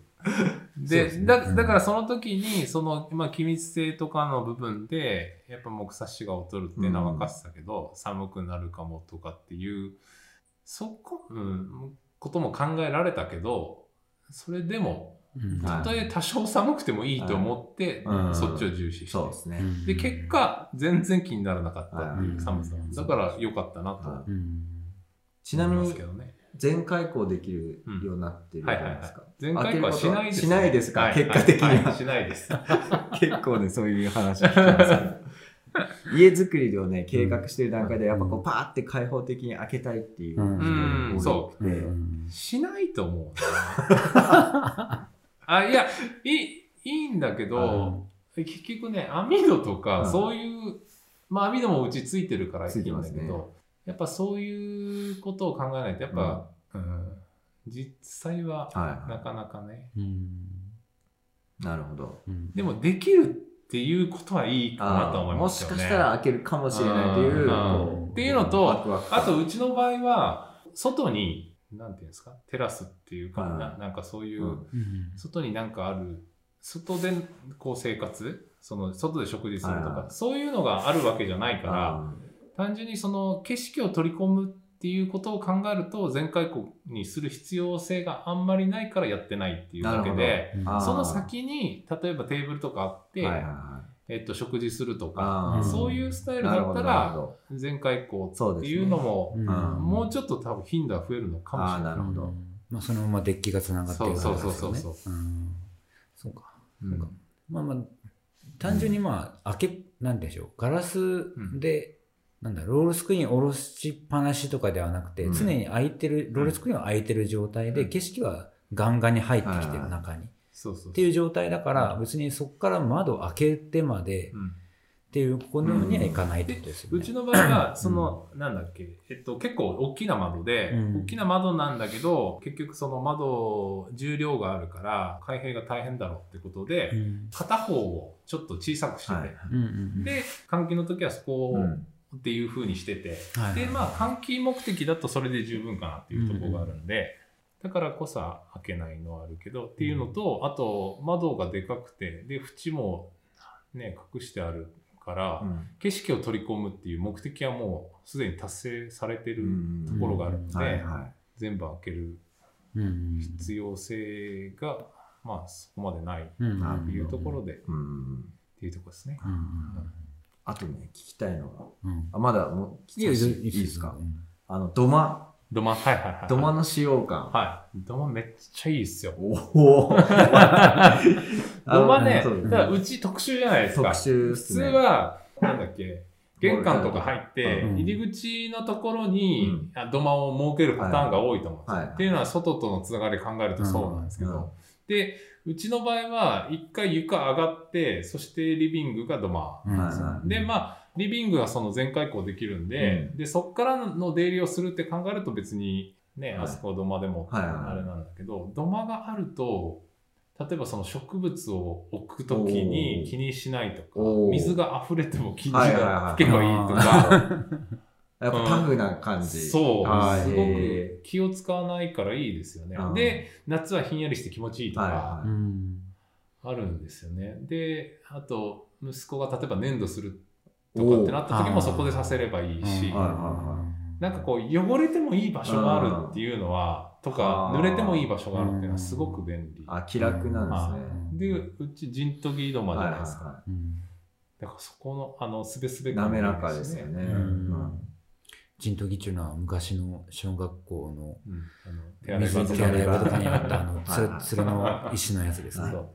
でですねだうんだからその時にその、まあ、機密性とかの部分でやっぱ木刺しが劣るって長かってたけど、寒くなるかもとかっていうそこ、うん、ことも考えられたけどそれでもうんはいたとえ多少寒くてもいいと思って、はいそっちを重視して、そうですね、うんで結、果全然気にならなかったっていう寒さははいだから良かったなとはうんちなみ思いますにけどね。全開口できるようになってるじゃないですか。前回はしないです、開けることはしないですかは結果的にはいいしないです。結構ね、そういう話聞きます [laughs] ね。家作りをね、計画してる段階で、やっぱこう、パーって開放的に開けたいっていう人うんが多くて、しないと思う [laughs] なあ、いや、いい、いいんだけど、結局ね、網戸とか、うんそういう、まあ網戸もうちついてるからいいつんいてまだすけねど、やっぱそういうことを考えないと、やっぱ、うん実際は、はいなはかなかね。い。なるほど。でも、できるっていうことはいいかなあとは思ーいもますしよね。かしたら開けるかもしれないという、うんこっていうのとワクワクあと、うちの場合は、外に、なんていうんですか、テラスっていうか、はいななんかそういう、うん外になんかある、外でこう生活、その外で食事するとはいかは、そういうのがあるわけじゃないから、あ単純にその景色を取り込むっていうことを考えると、全開口にする必要性があんまりないからやってないっていうだなけるで、ほどあーその先に、例えばテーブルとかあって、ーはいはいはいえっと、食事するとあかー、そういうスタイルなるだほっどたなるほら、ど全開口っていうのも、もうちょっと多分頻度は増えるのかもしれない。なるほどまあそのままデッキがつながってるからそうそうそうそうですよねうんそうかうんなんかまあまあ単純にまあ開けなんでしょうガラスでなんだロールスクリーン下ろしっぱなしとかではなくてうん常に開いてるロールスクリーンは開いてる状態でうん景色はガンガンに入ってきてる中にっそうそうそう。ていう状態だから別にそこから窓開けてまでうんっていうこのようにはいかないってことですよね。うちの場合は、その、なんだっけ、えっと、結構大きな窓で、うん大きな窓なんだけど、結局その窓、重量があるから、開閉が大変だろうってことで、うん片方をちょっと小さくしてて、はいうんうんで、換気の時はそこを、うんっていう風にしてて、うんはいで、まあ、換気目的だとそれで十分かなっていうところがあるんで、だからこそ開けないのはあるけど、っていうのと、あと、窓がでかくて、で、縁もね、隠してあるから、うん景色を取り込むっていう目的はもうすでに達成されてるところがあるので、はいは全部開けるうんうん必要性が、まあそこまでないうんうんなというところで、っいうんていうところですね。うんあとね、聞きたいのが、うんうんあまだもう、いやいやいいですかあの、土間、土間、はいはいはい。土間の使用感。はい。土間めっちゃいいっすよ。お [laughs] お土間ね、そうただうち特殊じゃないですか。特殊っ普す通ねは、なんだっけ、玄関とか入って、うん入り口のところにあ土間を設けるパターンが多いと思うんですよ。はいはいっていうのは外とのつながり考えるとそうなんですけど、うんうんで、うちの場合は、一回床上がって、そしてリビングが土間。うんはいはで、まあ、リビングがその全開口できるんで、うで、そっからの出入りをするって考えると別に、ね、はいあそこ土間でも、はいはいはいあれなんだけど、土間があると、例えばその植物を置くときにおー気にしないとかお、ー水が溢れても気にしはいはいはないい、吹けばいいとか、やっぱタフな感じ。そう、はいすごえく気を使わないからいいですよねうん。で、夏はひんやりして気持ちいいーとはいか、はういんあるんですよね。で、あと、息子が例えば粘土するとかってなった時おーもそこでさせればいいし、うんはいはなんかこう、汚れてもいい場所があるっていうのは、とかあ、ー濡れてもいい場所があるっていうのはすごく便利。あ、気楽なんですね。で、うち、陣とぎ井戸までじゃないですか。はうんだからそこの、あの、すべすべい滑らかですよね。うんうん陣取りっていうのは昔の小学校のうん。あの、手洗い水場のと手洗い場かねとかにあったあ [laughs] のつはいはるいつるの石のやつですね。はいはい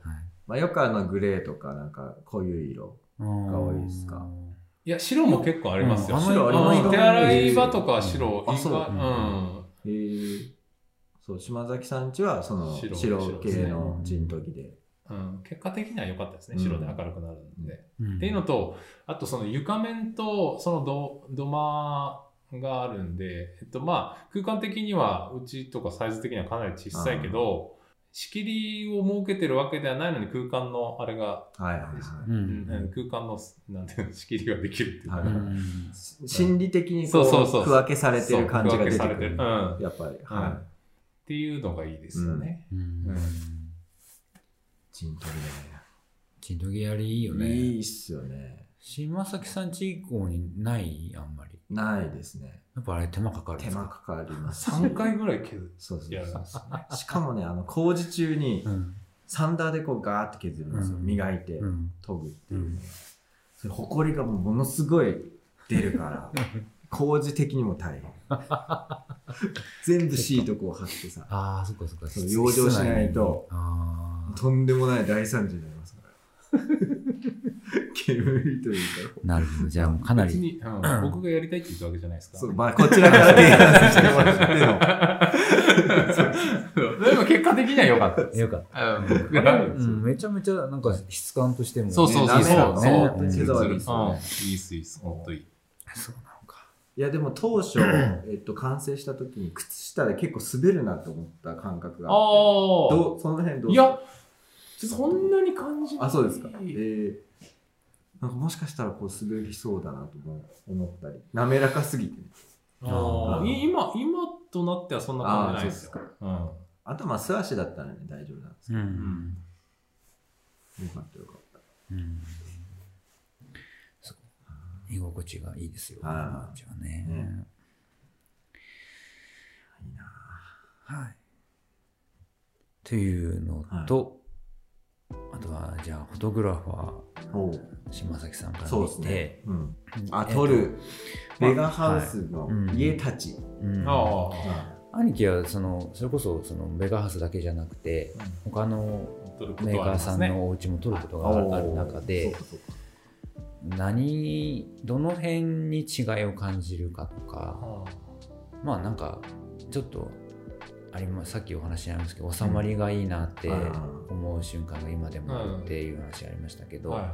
まあよくあのグレーとかなんか濃ゆい色。うんが多いですかいや、白も結構ありますよ。うん白ありますうん手洗い場とかはう白、んあそう意外うん。えーそう、島崎さんちはその白白系の陣時で。うん、結果的には良かったですね、うん白で明るくなるんで。ううんっていうのと、あとその床面とその土土間があるんで、えっとまあ、空間的にはうちとかサイズ的にはかなり小さいけど、仕切りを設けてるわけではないのに空間のあれが、はいはいはい。うんうん空間のなんていうの仕切りができるっていうか、はういん心理的にこ、そうそうそうう区分けされてる感じが出てそうく区る分けされてる。うんっやっぱり。はていうのがいいですよね。うんうんい。陣取陣取りやりいいよりね。ね。いいっすよね。島崎さん地方にないあんまり。ないですね。やっぱあれ手間かかるんで手す間か。かかります。 3回ぐらい削そうそうやるんでそすね。う。しかもね、あの、工事中にうんサンダーでこうガーって削るんですよ。うん磨いてう、ん [laughs] 研ぐっていうね。それ、埃がもうものすごい出るから、工事的にも大変。全部シートこう貼ってさ、ああ、そっかそっか。そう養生しないと室内に。ああ。とんでもない大惨事になりますから。煙というか、なるほど。じゃあもうかな別り。に、うん僕がやりたいって言ったわけじゃないですか。そうまあ、こちらから提案してもらっての。でも結果的には良かったです。よかった。うん僕がうん、めちゃめちゃなんか質感としても、ね。そうそうそう滑らそかう。ねそうう。ん手そう触りいいっすねうんいいっすいいっす。ほんといい。なのか。いやでも当初、えっと、完成した時に靴下で結構滑るなと思った感覚がああってあ。どうその辺どういや、そんなに感じない。あそうですかえー、なんかもしかしたらこう滑りそうだなとも思ったり滑らかすぎて、ね、あーい今、今となってはそんな感じないですよ。あーそううんあとまあ素足だったらね大丈夫なんですけう。うんんどよかったよかっうん。そう居心地がいいですよ。はいじゃあね。ねたいいなはい。というのと、あとは、じゃあ、フォトグラファおー、島崎さんからそう見ですねて、、うん、うんあ撮。る、まあベガハウスの家たち、えっとうんあ兄貴は、その、それこそ、その、ベガハウスだけじゃなくて、他のあ、取るこメーとはカあーりまさすんね。のお家も取ることうんがある中そうでか、そうか何、どの辺に違いを感じるかとか、まあなんかちょっとありますさっきお話しありますけど収まりがいいなってうん思う瞬間が今でもあるっていう話ありましたけど、はい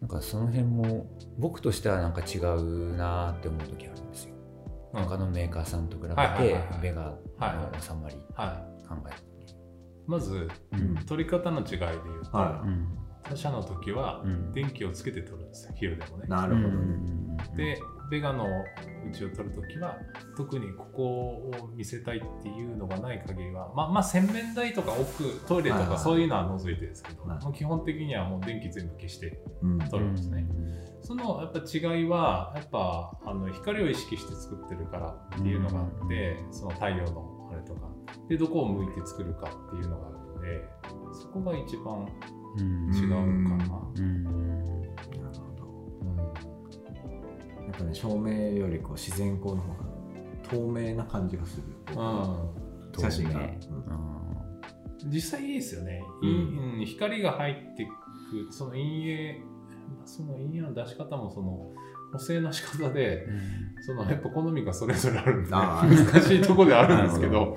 なんかその辺も僕としてはなんか違うなって思う時あるんですよ、うん他のメーカーさんと比べてはいはいはいはいベガの収まりは考えい。まず、てうん取り方の違いで言うと、はうん他社の時はうん電気をつけて取るんですよ、昼でもね。なるほどね、で、ベガのうちを取るときは、特にここを見せたいっていうのがない限りは、まあ、まあ、洗面台とか奥、トイレとはいはいかそういうのは除いてですけど、はいもう基本的にはもう電気全部消してうん取るんですね。そのやっぱ違いは、やっぱあの光を意識して作ってるからっていうのがあって、その太陽のあれとか、で、どこを向いて作るかっていうのがあるので、そこが一番うん違うかな。うんなるほどうんやっぱね照明よりこう自然光の方が透明な感じがする、うん写真が、ねうん実際いいですよね、うん陰うん光が入ってくその陰影まあその陰影の出し方もその補正の仕方でそのやっぱ好みがそれぞれあるんでああ難しいとこではあるんですけなるどほうん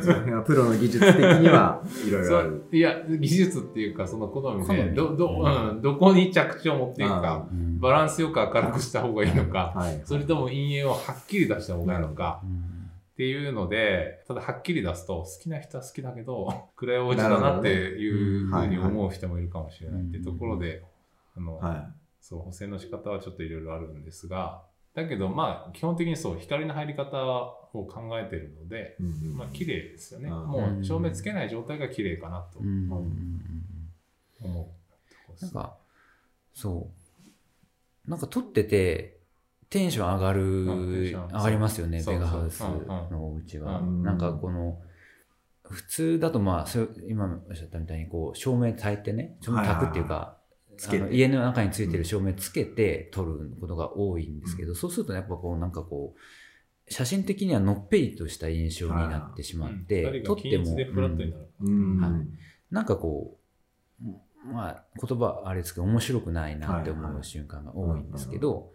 その辺はプロの技術的にはいろいろあるそういや技術っていうかその好み好でみどど,、うん、どこに着地を持っていくかうんバランスよく明るくした方がいいのかはいそれとも陰影をはっきり出した方がいいのかうんっていうのでただはっきり出すと好きな人は好きだけど [laughs] 暗いお家だなっていうふうに思う人もいるかもしれないっていうところで、あのはそう補正の仕方はちょっといろいろあるんですがだけどまあ基本的にそう光の入り方を考えてるのでい、うんうんまあ綺麗ですよね、うんもう照明つけない状態が綺麗かなとうんうん思うところでなんす、か、そう。なんか撮ってて、テンション上がうんテンる、ション上がりますよね、そうベガハウスそううんうんのお家は。うんなんかこの、普通だとまあ、そう今おっしゃったみたいに、こう、照明焚いてね、照明焚くっていうか、つあけのて家の中についてる照明つけて撮ることが多いんですけど、そうするとやっぱこう、なんかこう、写真的にはのっぺりとした印象になってしまって、うん、撮撮っってても、もでフラットになる、うんはいなんかこう、うんまあ、言葉あれですけど、面白くないなってはい思はうい瞬間が多いんですけど、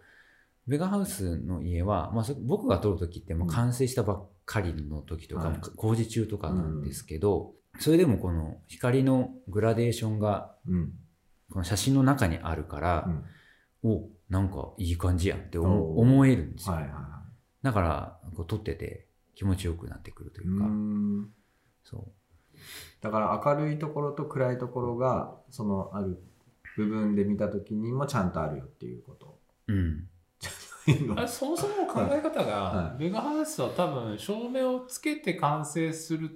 ベガハウスの家は、まあ、そ僕が撮るときって、まあうん完成したばっかりの時とか、はい工事中とかなんですけど、それでもこの光のグラデーションが、うんこの写真の中にあるからう、んお、なんかいい感じやんってお思ー思えるんですよ。はいはいはだから、こう撮ってて気持ちよくなってくるといいうか、うんそだから明るいところと暗いところがそのある部分で見た時にもちゃんとあるよっていう [laughs] ことう。うん。あれそもそも考え方がは、ベガハウスは多分、照明をつけて完成するっ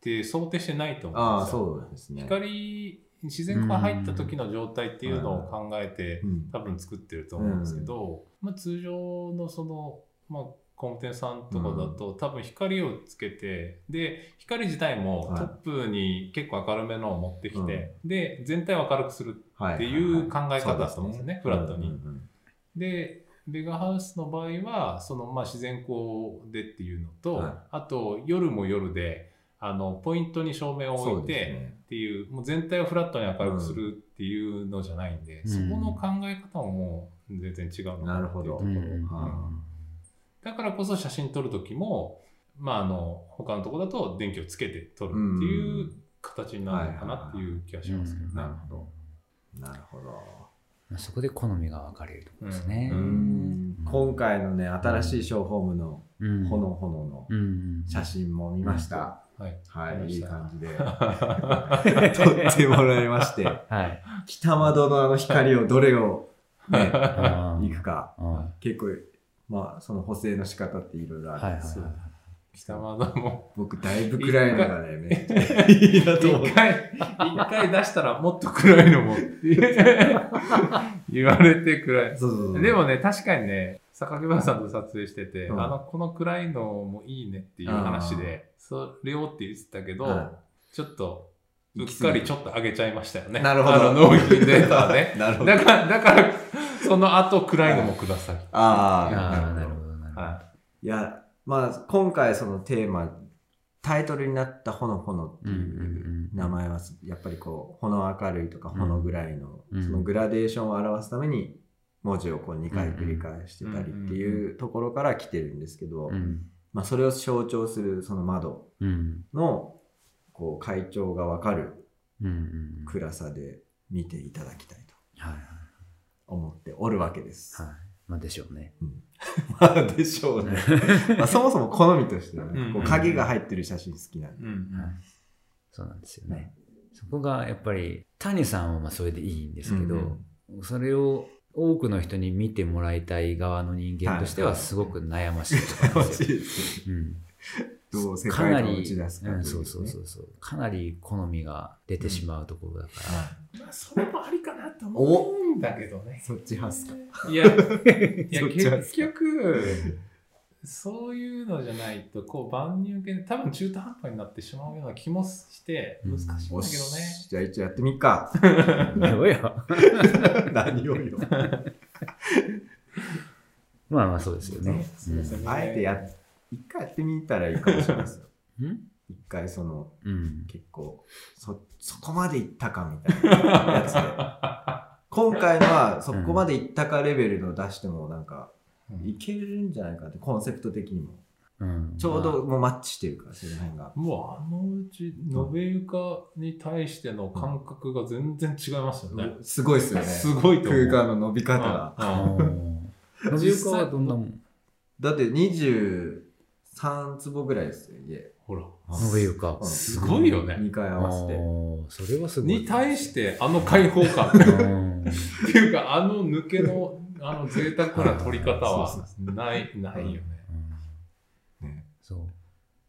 て想定してないと思あうあんですよ。そうですね光、自然光が入った時の状態っていうのを考えて、うん多分作ってると思うんですけど、まあ、通常のその、まあ、工務店さんとかだと、多分光をつけてで光自体もはいトップに結構明るめのを持ってきて、で全体を明るくするはっていう考え方だとそ思うんですよねフラットにうんうんうんでベガハウスの場合は、そのまあ自然光でっていうのと、はいあと夜も夜で、あのポイントに照明を置そいて、うですねっていう、もう全体をフラットに明るくするっていうのじゃないんで、うんそこの考え方ももう全然違うのかなるっていほうとどころはだからこそ写真撮る時も、まあ、あの他のとこだと電気をつけて撮るっていうう形になるのかなっていう気がしますけどね。なるほど。なるほど。まあそこで好みが分かれるところですねう。ん今回のね、新しいショーホームのうん炎炎のうん写真も見ました。はいはい、いい感じで撮撮ってもらいまして、はい。北窓のあの光をどれをね、あー行くか、うん結構、まあ、その補正の仕方っていろいろあるはいはいんですよは北窓も僕、だいぶ暗いのがね、めっちいいなと一回、一回出したらもっと暗いの [laughs] もって言われて暗ゃ。[laughs] い。そうそうそう。でもね、確かにね、榊原さんと撮影してて、うんあの、この暗いのもいいねっていう話で、それをって言ってたけど、はちょっと、うっかりちょっと上げちゃいましたよね。なるほど。あの、納品データはね [laughs] なるほど。だから、だから、その後暗いのもください。い。あああ、なるあ、ほど、なるほど。はいや、まあ、今回そのテーマ、タイトルになったほのほのってうんうんいううん名前は、やっぱりこう、ほの明るいとかほのぐらいの、うんそのグラデーションを表すために、文字をこう2回繰り返してたりっていうところから来てるんですけど、うん。まあそれを象徴するその窓うん。の、こう、会長がわかるうんうん。暗さで見ていただきたいとはいはい思っておるわけです。はい。まあでしょうね。まあ [laughs] でしょうね。まあそもそも好みとしてはね、こううん影が入ってる写真好きなんで。うんうんそうなんですよね。そこがやっぱり、谷さんはまあそれでいいんですけど、 [laughs] うんそれを多くの人に見てもらいたい側の人間としてはすごく悩ましいところなん [laughs] ですよ。うんどう世かな界を打り、ち出すかうといんねそうそうそうそう。かなり好みが出てしまうところだから。まあ、それもありかなと思うんだけどね。そっち派っすか。い [laughs] や、いやそっちなんです結局、そういうのじゃないと、こう、万人受けで、多分中途半端になってしまうような気もして、うん難しいんだけどおね。し、じゃあ一応やってみっか。 [laughs] どうよ。何をよ。まあまあそうですよね。そうそうですよねあえてや、一回やってみたらいいかもしれないですよ。うんん一回その、うん。結構、そ、そこまでいったかみたいなやつで。今回のは、そこまでいったかレベルの出しても、なんか、うんいけるんじゃないかって、コンセプト的にも。うん。ちょうどもうマッチしてるから、その辺が。もうあのうち、延べ床に対しての感覚が全然違いますよね。すごいっすよね。すごいと思空う。間の伸び方が。まあ。が。あー実際伸び床はどんなもんだって23坪ぐらいですよ、家。ほら。伸び床。うんすごいよね。 2回合わせて。あーそれはすごい。に対してあの開放感。うっん。ていうか、あの抜けの、あの贅沢な取り方あーそうはそない、ないよね。ねそ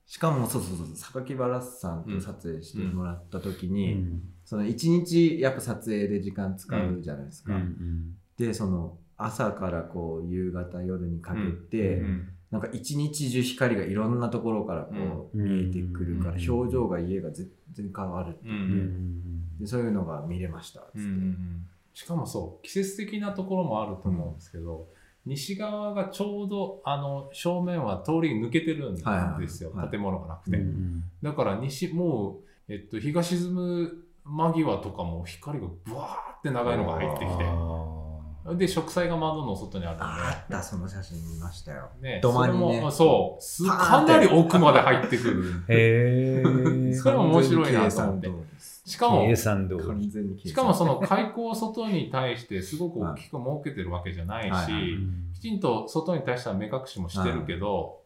しかも、そうそうそう、榊原さんと撮影してもらった時う。に、うんその1日やっぱ撮影で時間使うじゃないですうか。ん。で、その朝からこう夕方夜にかけて、うんうんなんか一日中光がいろんなところからこううん見えてくるかうら、ん表情が家が全然変わる。うんううんん。で、そういうのが見れました。つってうんうんうんしかもそう季節的なところもあると思うんですけど、西側がちょうどあの正面は通り抜けてるんはいはいはいですよ、はい建物がなくうんて、うんだから西もう、えっと、日が沈む間際とかも光がブワーって長いのが入ってきあてで植栽が窓の外にあるあんった、その写真見ましたよ。で、ね、土間にねそれもそうすパーンかってなり奥まで入ってくるへ [laughs] え。それも面白いなと思って完全に計算通りです [laughs] しかも計算通完全に計算しかもその開口を外に対してすごく大きく設けてるわけじゃないし、はいはいり。うんきちんと外に対しては目隠しもしてるけど、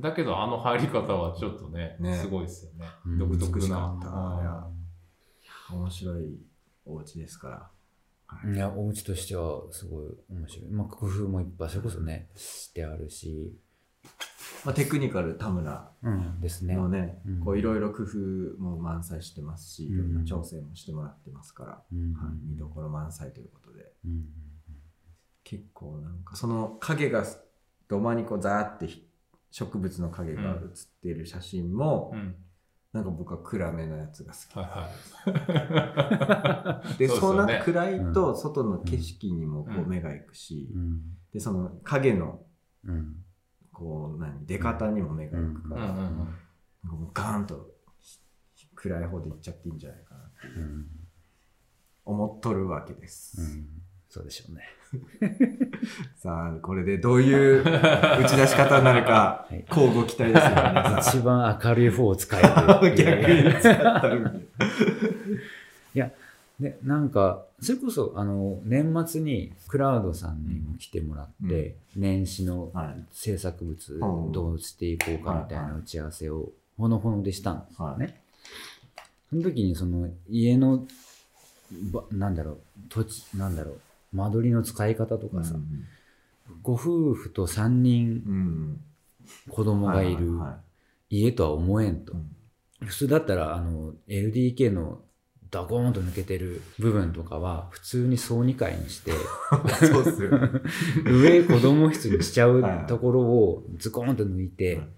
だけどあの入り方はちょっとね、ねすごいですよねうん。独特美しかなっ。たうんいや面白いお家ですから。いや、お家としてはすごい面白い。まあ、工夫もいっぱい、それこそね、してあるし。まあ、テクニカル田村うん。ですね。のね、うんこういろいろ工夫も満載してますし、うんいろいろ調整もしてもらってますから、うんはい、見どころ満載ということで、うん結構なんかその影が土間にこうザーって植物の影が映っている写真も、うんなんか僕は暗めのやつが好はいはい。 [laughs] き。で、そうですよねそうな暗いと外の景色にもこううん目が行くし、うんで、その影のうんこう何出方にも目が行くから、うんうんうんなんかもうガーンと暗い方で行っちゃっていいんじゃないかなってうんうん思っとるわけです。そうでしょうね。さあ、これでどういう打ち出し方になるはか、い交互期待ですよ、皆さん。一番明るい方を使えるって [laughs] 逆いうに使ったるでなんかそれこそあの年末にクラウドさんにも来てもらって、年始のはい。制作物うんどうしていこうかみたいはいなは打ち合わせをほのほのでしたんですよはね。その時にその家のばなんだろう土地なんだろう間取りの使い方とかさ、ご夫婦と3人うん。子供がいるはいは家とは思えんいとは。い普通だったらあの LDK のダゴーンと抜けてる部分とかは普通に総2階にしてそうっすよね。 [laughs] 上子 [laughs] 供室にしちゃうはいところをズコーンと抜いてはい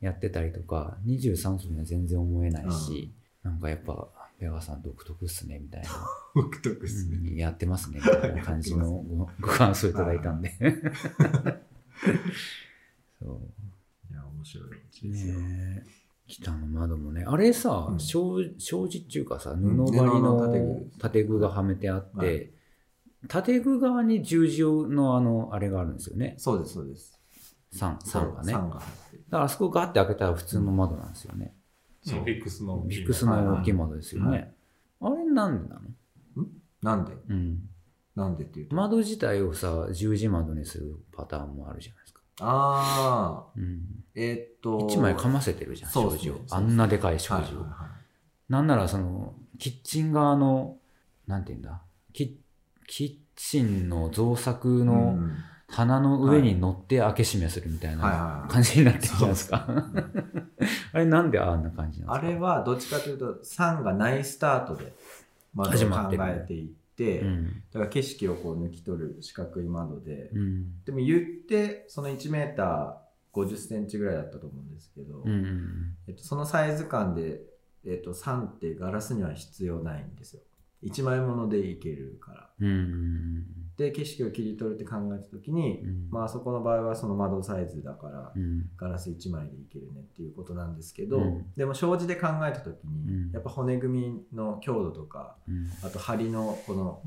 やってたりとか23歳には全然思えないし、なんかやっぱベガさん独特っすねみたいな、独特ですね。うんやってますねみたいな感じのごご感想いただいたんでそういや、面白いですよ。ねえ北の窓もねあれさ、うん障障子っていうかさ布ん張り布の建の具建具がはめてあっはて、建具側に十字のあのあれがあるんですよねそうです、そうです。三三がねだか酸が入ってる。らあそこガーって開けたら普通の窓なんですよね、そうフィックスの。ビックスの大きい窓ですよね、はあれなんでなの、なんでうん、なんでっていうと。窓自体をさ十字窓にするパターンもあるじゃないですか、あうー、えーっと。ん、1枚かませてるじゃんそう障です子ねを、あんなでかいはい障はい子を、はなんならその、キッチン側の、なんて言うんだ、キッ、キッチンの造作い。のうん棚の上に乗って開け閉めするみたいはいなはいはい。感じになってるじゃないですか。 [laughs] あれなんであんな感じなあんでれすかはどっちかというと3がないスタートで窓を始考まってるえていってうん。だから景色をこう抜き取る四角い窓で、うん。でも言ってその1メーター50センチぐらいだったと思うんですけど、うんうん。えっと、そのサイズ感で、えっと、3ってガラスには必要ないんですよ1枚物でいけるからうん。で景色を切り取るって考えた時に、うんまあそこの場合はその窓サイズだからうん。ガラス1枚でいけるねっていうことなんですけど、うんでも障子で考えた時に、うんやっぱ骨組みの強度とかうん。あと梁のこの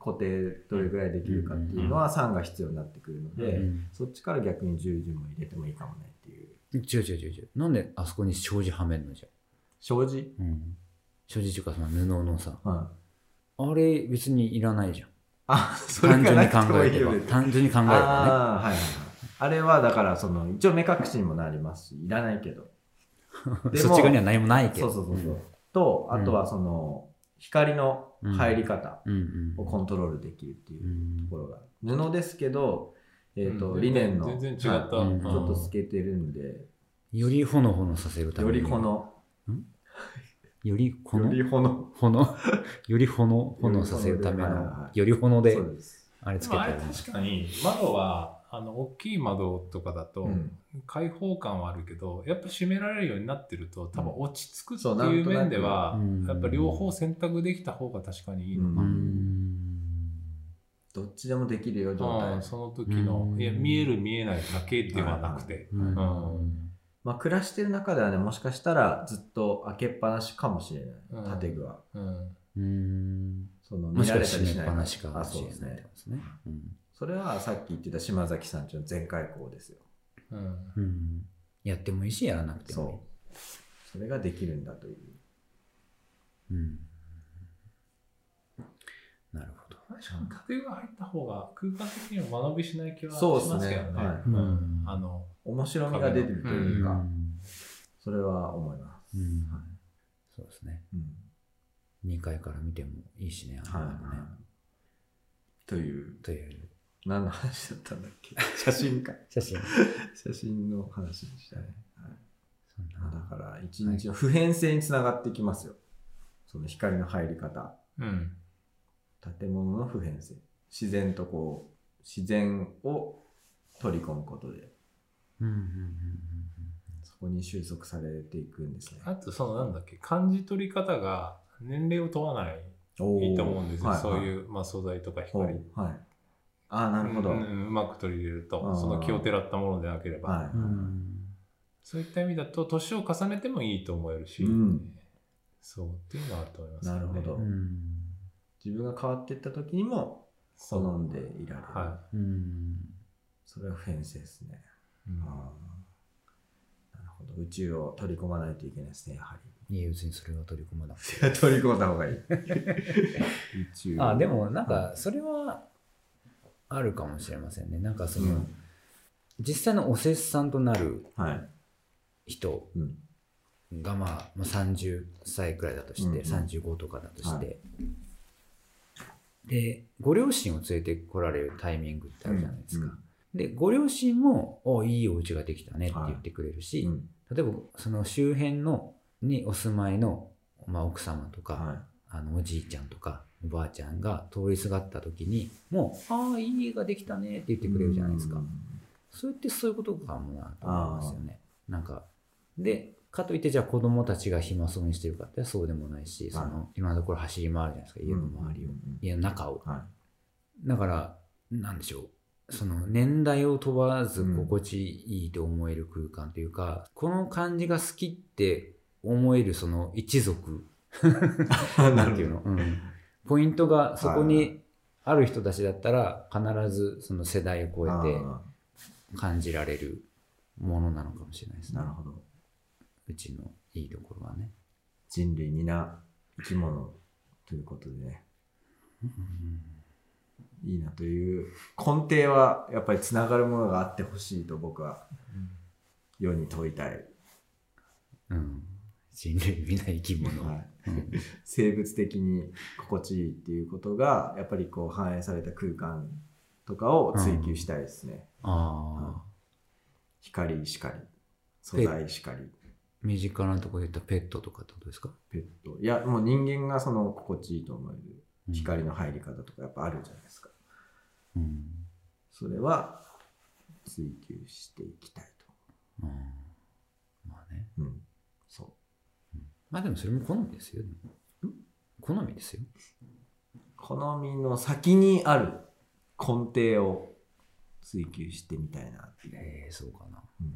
固定どれぐらいできるかっていうのは3が必要になってくるので、うんそっちから逆に十字も入れてもいいかもねっていう違う違う違う違う。なんであそこに障子はめんのじゃ障子、ん。うん。障子っていうかその布のさ、うん、あれ別にいらないじゃん。あそれ単が純なにくて考もえいいれよねば。単純に考えればね。あーはいはいはいあれはだからその一応目隠しにもなりますしいらないけどでそもっち側には何もないけそど。うそうそうそう、とあとはその光の入り方うん。うんをコントロールできるっていううん。ところが布ですけど、えっとうんリネンの全然違った。はいうんうんちょっと透けてるんで、よりほのほのさせるたよめに。りこ。のよりほの。ほのほの。 [laughs] よりほの、ほのさせるためよりほのではいはのよりほのいは。いでそ、うです、あれでつけたもあれら。確かに窓はあの大きい窓とかだとうん開放感はあるけど、やっぱ閉められるようになってると多分落ち着くってそうなんといなうく面ではうんやっぱ両方選択できた方が確かにいいのかうーな、ん。どっちでもできるよ状態うんその時の、うんいや見える見えないだけではなくて、ううんん。まあ、暮らしてる中ではねもしかしたらずっと開けっぱなしかもしれうなんい建具は、うんうん。そのも見しられかたしたりらし閉なめっぱないしかあもしそれうないっですてねことですね。うんそれはさっき言ってた島崎さんちの全開口ですようんうん。やってもいいし、やらなくてそもうそれができるんだといういい。うん。なるほど。確かに縦が入った方が空間的には間延びしない気はしそうですねますけどね。はいうんあの面白みが出てるというか、うんそれは思います、うんはいそうですね。うん2階から見てもいいしね。あはいのねはい。という、という何の話だったんだっけ写真か。写真。写真の話でしたね。はいそんまあ、だなから、一日の普遍性につながってきますよ。その光の入り方、うん建物の普遍性。自然とこう、自然を取り込むことで。うんうんうんうんうん。そそこに収束されていくんですね。あとそのなんだっけ感じ取り方が年齢を問わないおーいいと思うんですよ、はそうう。いう、まあ、素材とかは光い。はい、ああ、なるほど。うんうんうまく取り入れるあーとその気をてらったものでなければ、はういんそういった意味だと年を重ねてもいいと思えるし、うんそうっていうのはあると思います、なるほどうん自分が変わっていった時にも好そうんでいられる。はうんそれはフェンスですね。い、うんあーなるほど。宇宙を取り込まないといけないですね、やはり。いや別にそれ [laughs] は取り込まなくて取り込んだ方がいい。宇宙あでもなんかそれはあるかもしれませんねなんかその、うん実際のおせっさんとなるはい。人うん。がまあ、まあ、30歳くらいだとして、うんうん35とかだとして、はでご両親を連れてこられるタイミングってあるじゃないですか、うんでご両親も「おいいお家ができたね」って言ってくれるし、うん。例えばその周辺のにお住まいの、まあ、奥様とか、はあのおじいちゃんとかおばあちゃんが通りすがった時にもう「ああいい家ができたね」って言っい。てくれるじゃないですか、うんそれってそういうことかもなと思いますよねなんかでかといってじゃあ子供たちが暇そうにしてるかってそうでもないしその今のところ走り回るじゃないですか家の周りを、うんうんうん家の中をはだからなんでしょうその年代を問わず心地いいと思える空間というか、この感じが好きって思えるその一族い。なんていうの、うんポイントがそこにある人たちだったら必ずその世代を超えあてー感じられるものなのかもしれないですねなるほど。うちのいいところはね、人類皆生き物ということでね、いいなという根底はやっぱりつながるものがあってほしいと僕は世に問いたい。うん人類皆生き物、はいうん生物的に心地いいっていうことがやっぱりこう反映された空間とかを追求したいですね、ああ光しかり素材しかり身近なところで言ったらペットとかってことですかペットいやもう人間がその心地いいと思えるうん光の入り方とかやっぱあるじゃないですかうんそれは追求していきたいうんまあねとうんそまあでもそれも好みですよでも好みですよう好みの先にある根底を追求してみたいなっていう、ええそうかなうん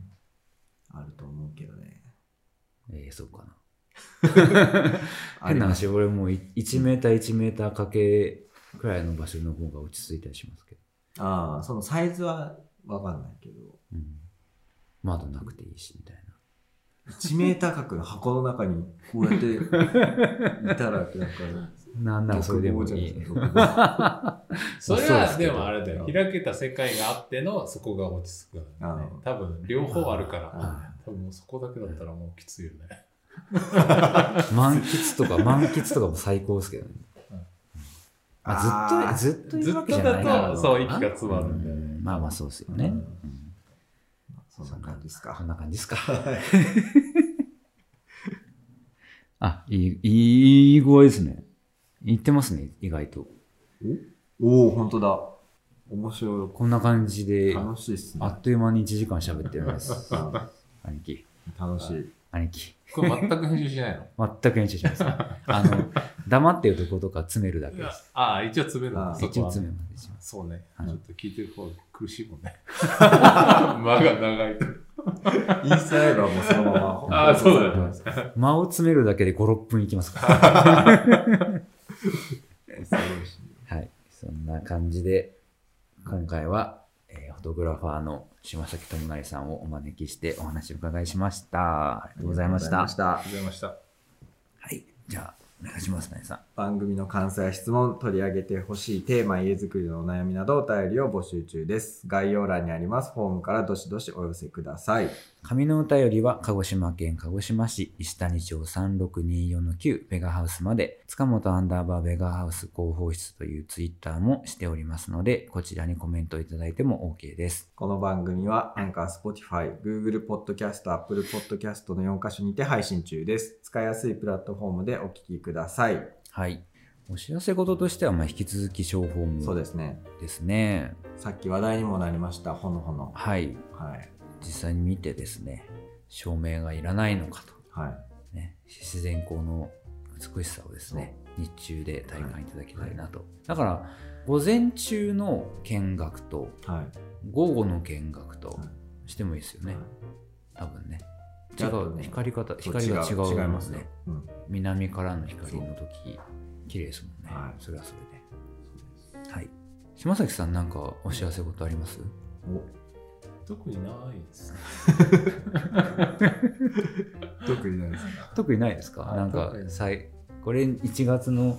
あると思うけどねええそうかなあ変りなます話俺もうい1メーター1メーターかけくらいの場所の方が落ち着いたりしますけど、ああ、そのサイズはわかんないけど、うん、窓なくていいしみたいな1メーター角の箱の中にこうやっていたら、なんか、なんならそれでもいい。独房じゃないですかそれまあそうですはけでどもあれだよ開けた世界があってのそこが落ち着くよねあー多分両方あるからあ多分もうそこだけだったらもうきついよね満喫とか、満喫とかも最高ですけどねうん。あずっと、ずっといるわけじゃないずっとだとそう息が詰まるんだよねうまあまあそうですようね。んうんそんな感じですこかん。な感じですか。 [laughs] あ、いい、いい声ですね。言ってますね、意外と。おお、本当だ。面白い。こんな感じで、楽しいっすあね。っという間に1時間喋ってるん [laughs] です。あ兄貴、楽しい。兄貴。これ全く編集しないの全く編集し [laughs] ます。あの、黙ってるとことか詰めるだけいでやす。ああ一応詰めるんあだーそ一こ応は詰めまでします。そうね、はいちょっと聞いてる方が苦しいもん [laughs] ね間が長いとインスタライブはもうそのまま。あーそうだよね。間を詰めるだけで5、6分いきますから。すごいし。はい。そんな感じで、今回は、えーフォトグラファーの島崎智成さんをお招きしてお話をお伺いしました。ありがとうございました。ありがとうございまございましたはい。じゃあ、お願いします、成さん。番組の感想や質問、取り上げてほしいテーマ、家づくりのお悩みなどお便りを募集中です。概要欄にありますフォームからどしどしお寄せください。紙のお便りは、鹿児島県鹿児島市石谷町3624-9ベガハウスまで、塚本アンダーバーベガハウス広報室というツイッターもしておりますので、こちらにコメントいただいても OK です。この番組はアンカー、Spotify、Google Podcast、Apple Podcast の4箇所にて配信中です。使いやすいプラットフォームでお聞きください。はい。お知らせ事としては、まあ、引き続き商法そうもですね。ですね。さっき話題にもなりました、ほのほの。はい。はい。実際に見てですね照明がいらないのかと、はい。ね、自然光の美しさをですね日中で体感いただきたいなと、だから午前中の見学とはい。午後の見学とはしてもいいですよね、はい多分ね違ちょっとうね光り方そう光が違うもん違いますね。うん。南からの光の時綺麗ですもんね、はいそれはそれではい島崎さんなんかお知らせことあります、特にないです [laughs] ね。お特にないです [laughs] か。特にないですか、はいなんか特にさいこれ1月の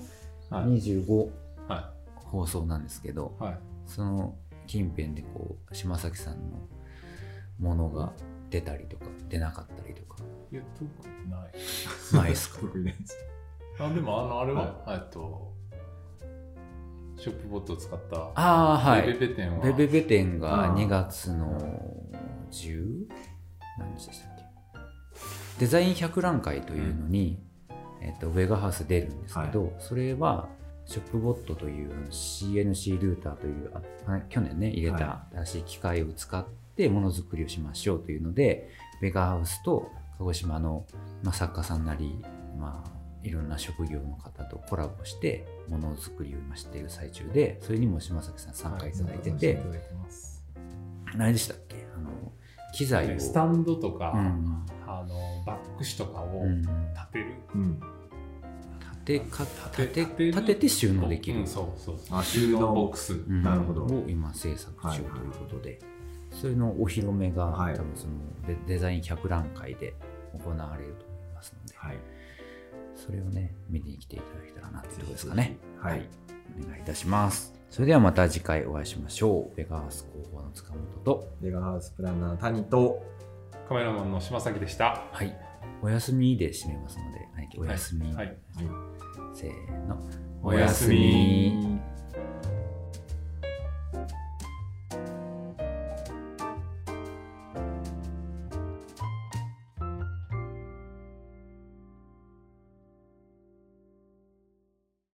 はい。 25は放送なんですけどい。はい。その近辺でこう島崎さんのものが出たりとか出なかったりとかいや、特にない。ないですか特にないですあでもあのあれは、えっとショップボットを使ったああはいベベベ店はベベベ展がうん2月の 10? 何日でしたっけデザイン100覧会というのに、えっとウェガハウス出るんですけど、それはショップボットというあの CNC ルーターというああ去年ね入れたは新しい機械を使ってものづくりをしましょうというのでベガハウスと鹿児島の、まあ、作家さんなり、まあ、いろんな職業の方とコラボしてものづくりを今している最中でそれにも島崎さん参加いただいてて、はいただいてます何でしたっけあの機材をスタンドとか、うんあのバック紙とかうをん、立てる、うん。立てか立て立てる立てて収納できる、うんそうそうあ収納ボックス、うんなるほどを今制作中ということで、それのお披露目が、はい多分そのデデザイン100覧会で行われると思いますのではい。それをね見に来ていただけたらなっていうところですかね。ははいい。お願いいたしますそれではまた次回お会いしましょうベガース工房の塚本とレガハウスプランナー谷と。カメラマンの島崎でしたはいおやすみで締めますので何かおやすみ、はいせーのおやすみ